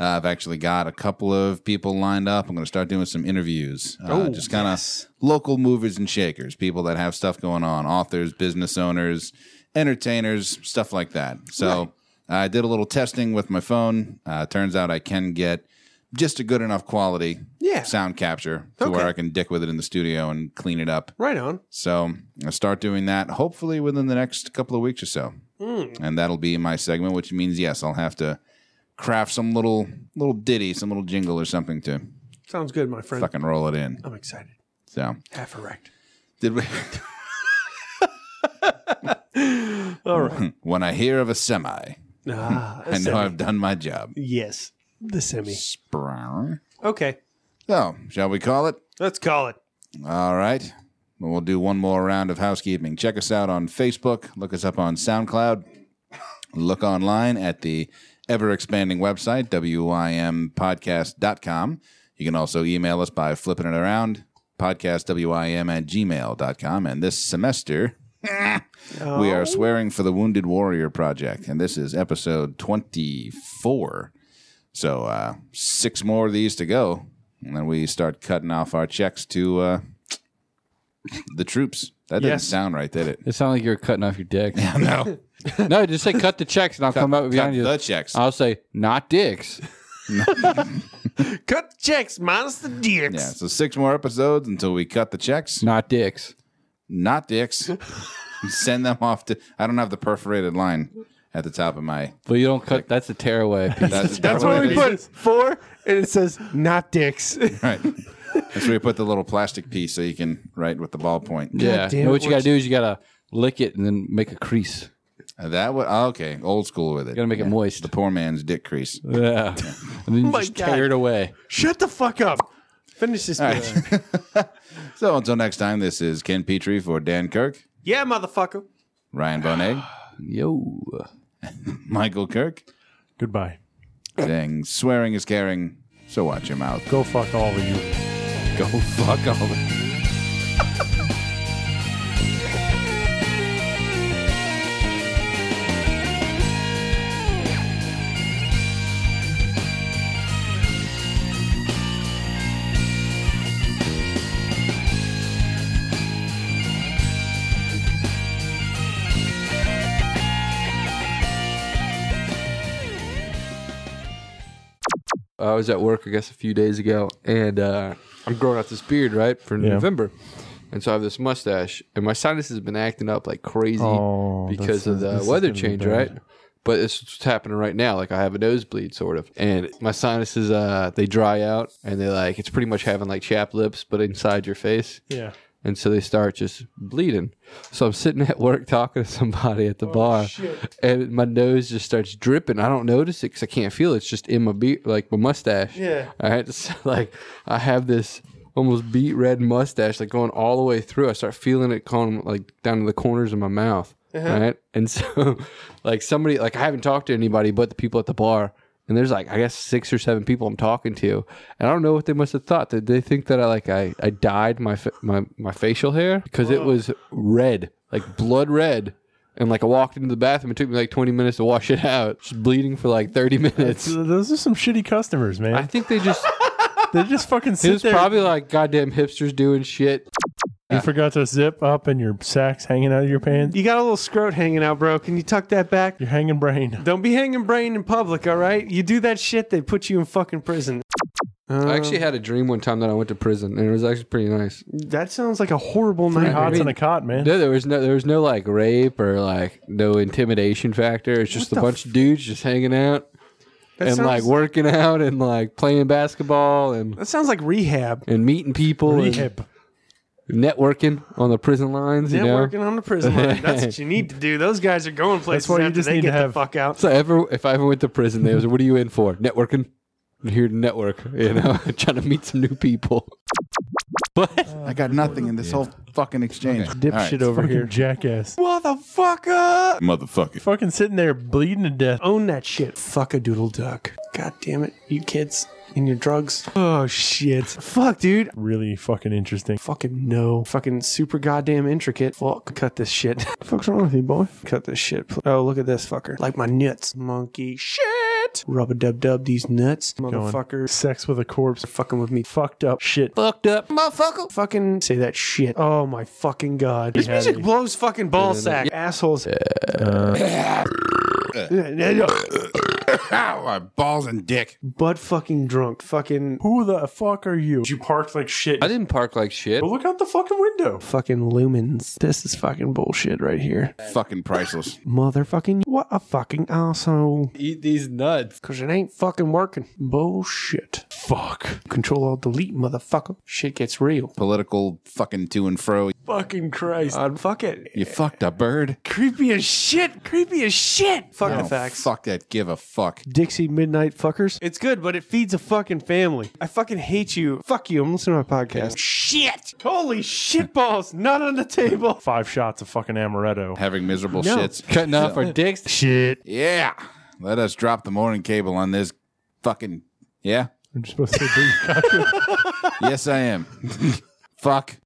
Speaker 1: uh, I've actually got a couple of people lined up. I'm going to start doing some interviews, uh,
Speaker 2: Oh,
Speaker 1: just kind of
Speaker 2: yes.
Speaker 1: local movers and shakers, people that have stuff going on, authors, business owners, entertainers, stuff like that. So I did a little testing with my phone. Uh, turns out I can get just a good enough quality
Speaker 2: Yeah.
Speaker 1: sound capture to where
Speaker 2: Okay.
Speaker 1: I can dick with it in the studio and clean it up.
Speaker 2: Right on.
Speaker 1: So I'll start doing that hopefully within the next couple of weeks or so.
Speaker 2: Hmm.
Speaker 1: And that'll be my segment, which means yes, I'll have to craft some little little ditty, some little jingle or something to
Speaker 2: Sounds good, my friend.
Speaker 1: fucking roll it in.
Speaker 2: I'm excited.
Speaker 1: So
Speaker 2: Half erect.
Speaker 1: did we
Speaker 2: All right.
Speaker 1: when I hear of a semi,
Speaker 2: Ah,
Speaker 1: I know I've done my job.
Speaker 2: yes, the semi.
Speaker 1: Sproul.
Speaker 2: Okay,
Speaker 1: So shall we call it?
Speaker 2: let's call it.
Speaker 1: All right. Well, We'll do one more round of housekeeping. Check us out on Facebook. Look us up on SoundCloud. Look online at the ever expanding website, wimpodcast.com. You can also email us by flipping it around, podcastwim at gmail.com. And this semester, we are swearing for the Wounded Warrior Project. And this is episode 24. So uh, six more of these to go, and then we start cutting off our checks to uh, the troops. That didn't
Speaker 4: Yes.
Speaker 1: sound right, did it?
Speaker 3: it sounded like you're cutting off your dick.
Speaker 1: no,
Speaker 3: no, just say cut the checks, and I'll come up
Speaker 1: cut
Speaker 3: behind you. Uh,
Speaker 1: the checks.
Speaker 3: I'll say not dicks.
Speaker 2: Cut the checks minus the dicks.
Speaker 1: yeah, so six more episodes until we cut the checks,
Speaker 3: Not dicks.
Speaker 1: not dicks. Send them off to. I don't have the perforated line at the top of my.
Speaker 3: But you don't cut. That's a tearaway. Piece.
Speaker 1: That's,
Speaker 2: That's where we
Speaker 1: it
Speaker 2: put
Speaker 1: is.
Speaker 2: four, and it says not dicks.
Speaker 1: Right. That's where you put the little plastic piece so you can write with the ballpoint.
Speaker 3: yeah.
Speaker 2: damn
Speaker 3: No,
Speaker 2: it,
Speaker 3: what you gotta
Speaker 2: Orson.
Speaker 3: do is you gotta lick it and then make a crease.
Speaker 1: Uh, That would okay, old school with it.
Speaker 3: gotta make it moist.
Speaker 1: The poor man's dick crease.
Speaker 3: Yeah. and then you
Speaker 2: My
Speaker 3: just
Speaker 2: God.
Speaker 3: tear it away.
Speaker 2: Shut the fuck up. Finish this. bitch.
Speaker 1: So until next time, this is Ken Petrie for Dan Kirk,
Speaker 2: Yeah, motherfucker.
Speaker 1: Ryan Bonet,
Speaker 3: Yo.
Speaker 1: Michael Kirk,
Speaker 4: Goodbye.
Speaker 1: saying swearing is caring, so watch your mouth.
Speaker 4: Go fuck all of you.
Speaker 1: Go fuck all the
Speaker 3: I was at work, I guess, a few days ago, and uh, I'm growing out this beard, right, for
Speaker 4: Yeah.
Speaker 3: November. And so I have this mustache, and my sinus has been acting up like crazy
Speaker 4: Oh,
Speaker 3: because
Speaker 4: this
Speaker 3: of
Speaker 4: is-
Speaker 3: the
Speaker 4: this is
Speaker 3: weather
Speaker 4: gonna be
Speaker 3: change,
Speaker 4: bad.
Speaker 3: right? But it's what's happening right now. Like I have a nosebleed, sort of, and my sinuses uh they dry out, and they like it's pretty much having like chap lips, but inside your face.
Speaker 4: Yeah.
Speaker 3: And so they start just bleeding. So I'm sitting at work talking to somebody at the bar, and my nose just starts dripping. I don't notice it because I can't feel it. It's just in my beard, like my mustache.
Speaker 2: Yeah.
Speaker 3: All right. So like I have this almost beet red mustache, like going all the way through. I start feeling it going like down to the corners of my mouth. Right. And so, like somebody, like I haven't talked to anybody but the people at the bar. And there's like I guess six or seven people I'm talking to, and I don't know what they must have thought. Did they think that I like I, I dyed my fa- my my facial hair because it was red, like blood red, and like I walked into the bathroom. It took me like 20 minutes to wash it out, just bleeding for like 30 minutes.
Speaker 4: So those are some shitty customers, man.
Speaker 3: I think they just
Speaker 4: they just fucking
Speaker 3: he
Speaker 4: sit
Speaker 3: was
Speaker 4: there.
Speaker 3: probably like goddamn hipsters doing shit.
Speaker 4: you forgot to zip up and your sack's hanging out of your pants.
Speaker 2: You got a little scrot hanging out, bro. Can you tuck that back?
Speaker 4: You're hanging brain.
Speaker 2: Don't be hanging brain in public, all right? You do that shit, they put you in fucking prison.
Speaker 3: I actually had a dream one time that I went to prison, and it was actually pretty nice.
Speaker 2: That sounds like a horrible
Speaker 4: Three
Speaker 2: night.
Speaker 4: hots
Speaker 3: mean-
Speaker 4: and a cot, man.
Speaker 3: No, there was no there was no like rape or like no intimidation factor. It's just a bunch of dudes just hanging out
Speaker 2: That
Speaker 3: and
Speaker 2: sounds,
Speaker 3: like working out and like playing basketball and
Speaker 2: That sounds like rehab.
Speaker 3: and meeting people
Speaker 4: Rehab.
Speaker 3: and networking on the prison lines. You know,
Speaker 2: Networking on the prison line. That's what you need to do. Those guys are going places
Speaker 4: why you
Speaker 2: after
Speaker 4: just
Speaker 2: they
Speaker 4: need to
Speaker 2: get the
Speaker 4: have-
Speaker 2: fuck out.
Speaker 3: so ever if I ever went to prison, they was what are you in for? Networking. I'm here to network. You know, trying to meet some new people.
Speaker 1: I got nothing in this whole fucking exchange.
Speaker 4: Dipshit
Speaker 1: All right.
Speaker 4: over here. Jackass.
Speaker 2: Motherfucker!
Speaker 1: Motherfucker.
Speaker 4: Fucking sitting there bleeding to death.
Speaker 2: Own that shit. Fuck a doodle duck. God damn it. You kids and your drugs. Oh shit. Fuck, dude.
Speaker 4: Really fucking interesting.
Speaker 2: Fucking no. Fucking super goddamn intricate. Fuck. Cut this shit. Fuck's wrong with you, boy? Cut this shit. pl- Oh, look at this fucker. Like my nuts. Monkey shit. Rub a dub dub these nuts. Motherfucker.
Speaker 4: Sex with a corpse.
Speaker 2: Fucking with me.
Speaker 4: Fucked up shit.
Speaker 3: Fucked up.
Speaker 2: Fucking say that shit. Oh my fucking god. This music blows fucking ball sack. Assholes.
Speaker 1: Ow, my balls and dick.
Speaker 2: Butt fucking drunk. Fucking.
Speaker 4: Who the fuck are you? You parked like shit.
Speaker 3: I didn't park like shit.
Speaker 4: Look out the fucking window.
Speaker 2: Fucking lumens. This is fucking bullshit right here.
Speaker 1: Fucking priceless.
Speaker 2: Motherfucking. What a fucking asshole.
Speaker 3: Eat these nuts.
Speaker 2: Cause it ain't fucking working. Bullshit. Fuck. Control all delete, motherfucker. Shit gets real.
Speaker 1: Political fucking to and fro.
Speaker 2: Fucking Christ. Uh, fuck it.
Speaker 1: You fucked a bird.
Speaker 2: Creepy as shit. Creepy as shit. Fuck
Speaker 1: Oh,
Speaker 2: the facts.
Speaker 1: Fuck that. Give a fuck.
Speaker 2: Dixie Midnight Fuckers. It's good, but it feeds a fucking family. I fucking hate you. Fuck you. I'm listening to my podcast. Shit. Holy shit balls. Not on the table.
Speaker 4: Five shots of fucking amaretto.
Speaker 1: Having miserable
Speaker 2: No.
Speaker 1: shits.
Speaker 3: Cutting off our dicks.
Speaker 4: Shit.
Speaker 1: Yeah. Let us drop the morning cable on this fucking. Yeah.
Speaker 4: I'm just supposed to be.
Speaker 1: yes, I am. fuck.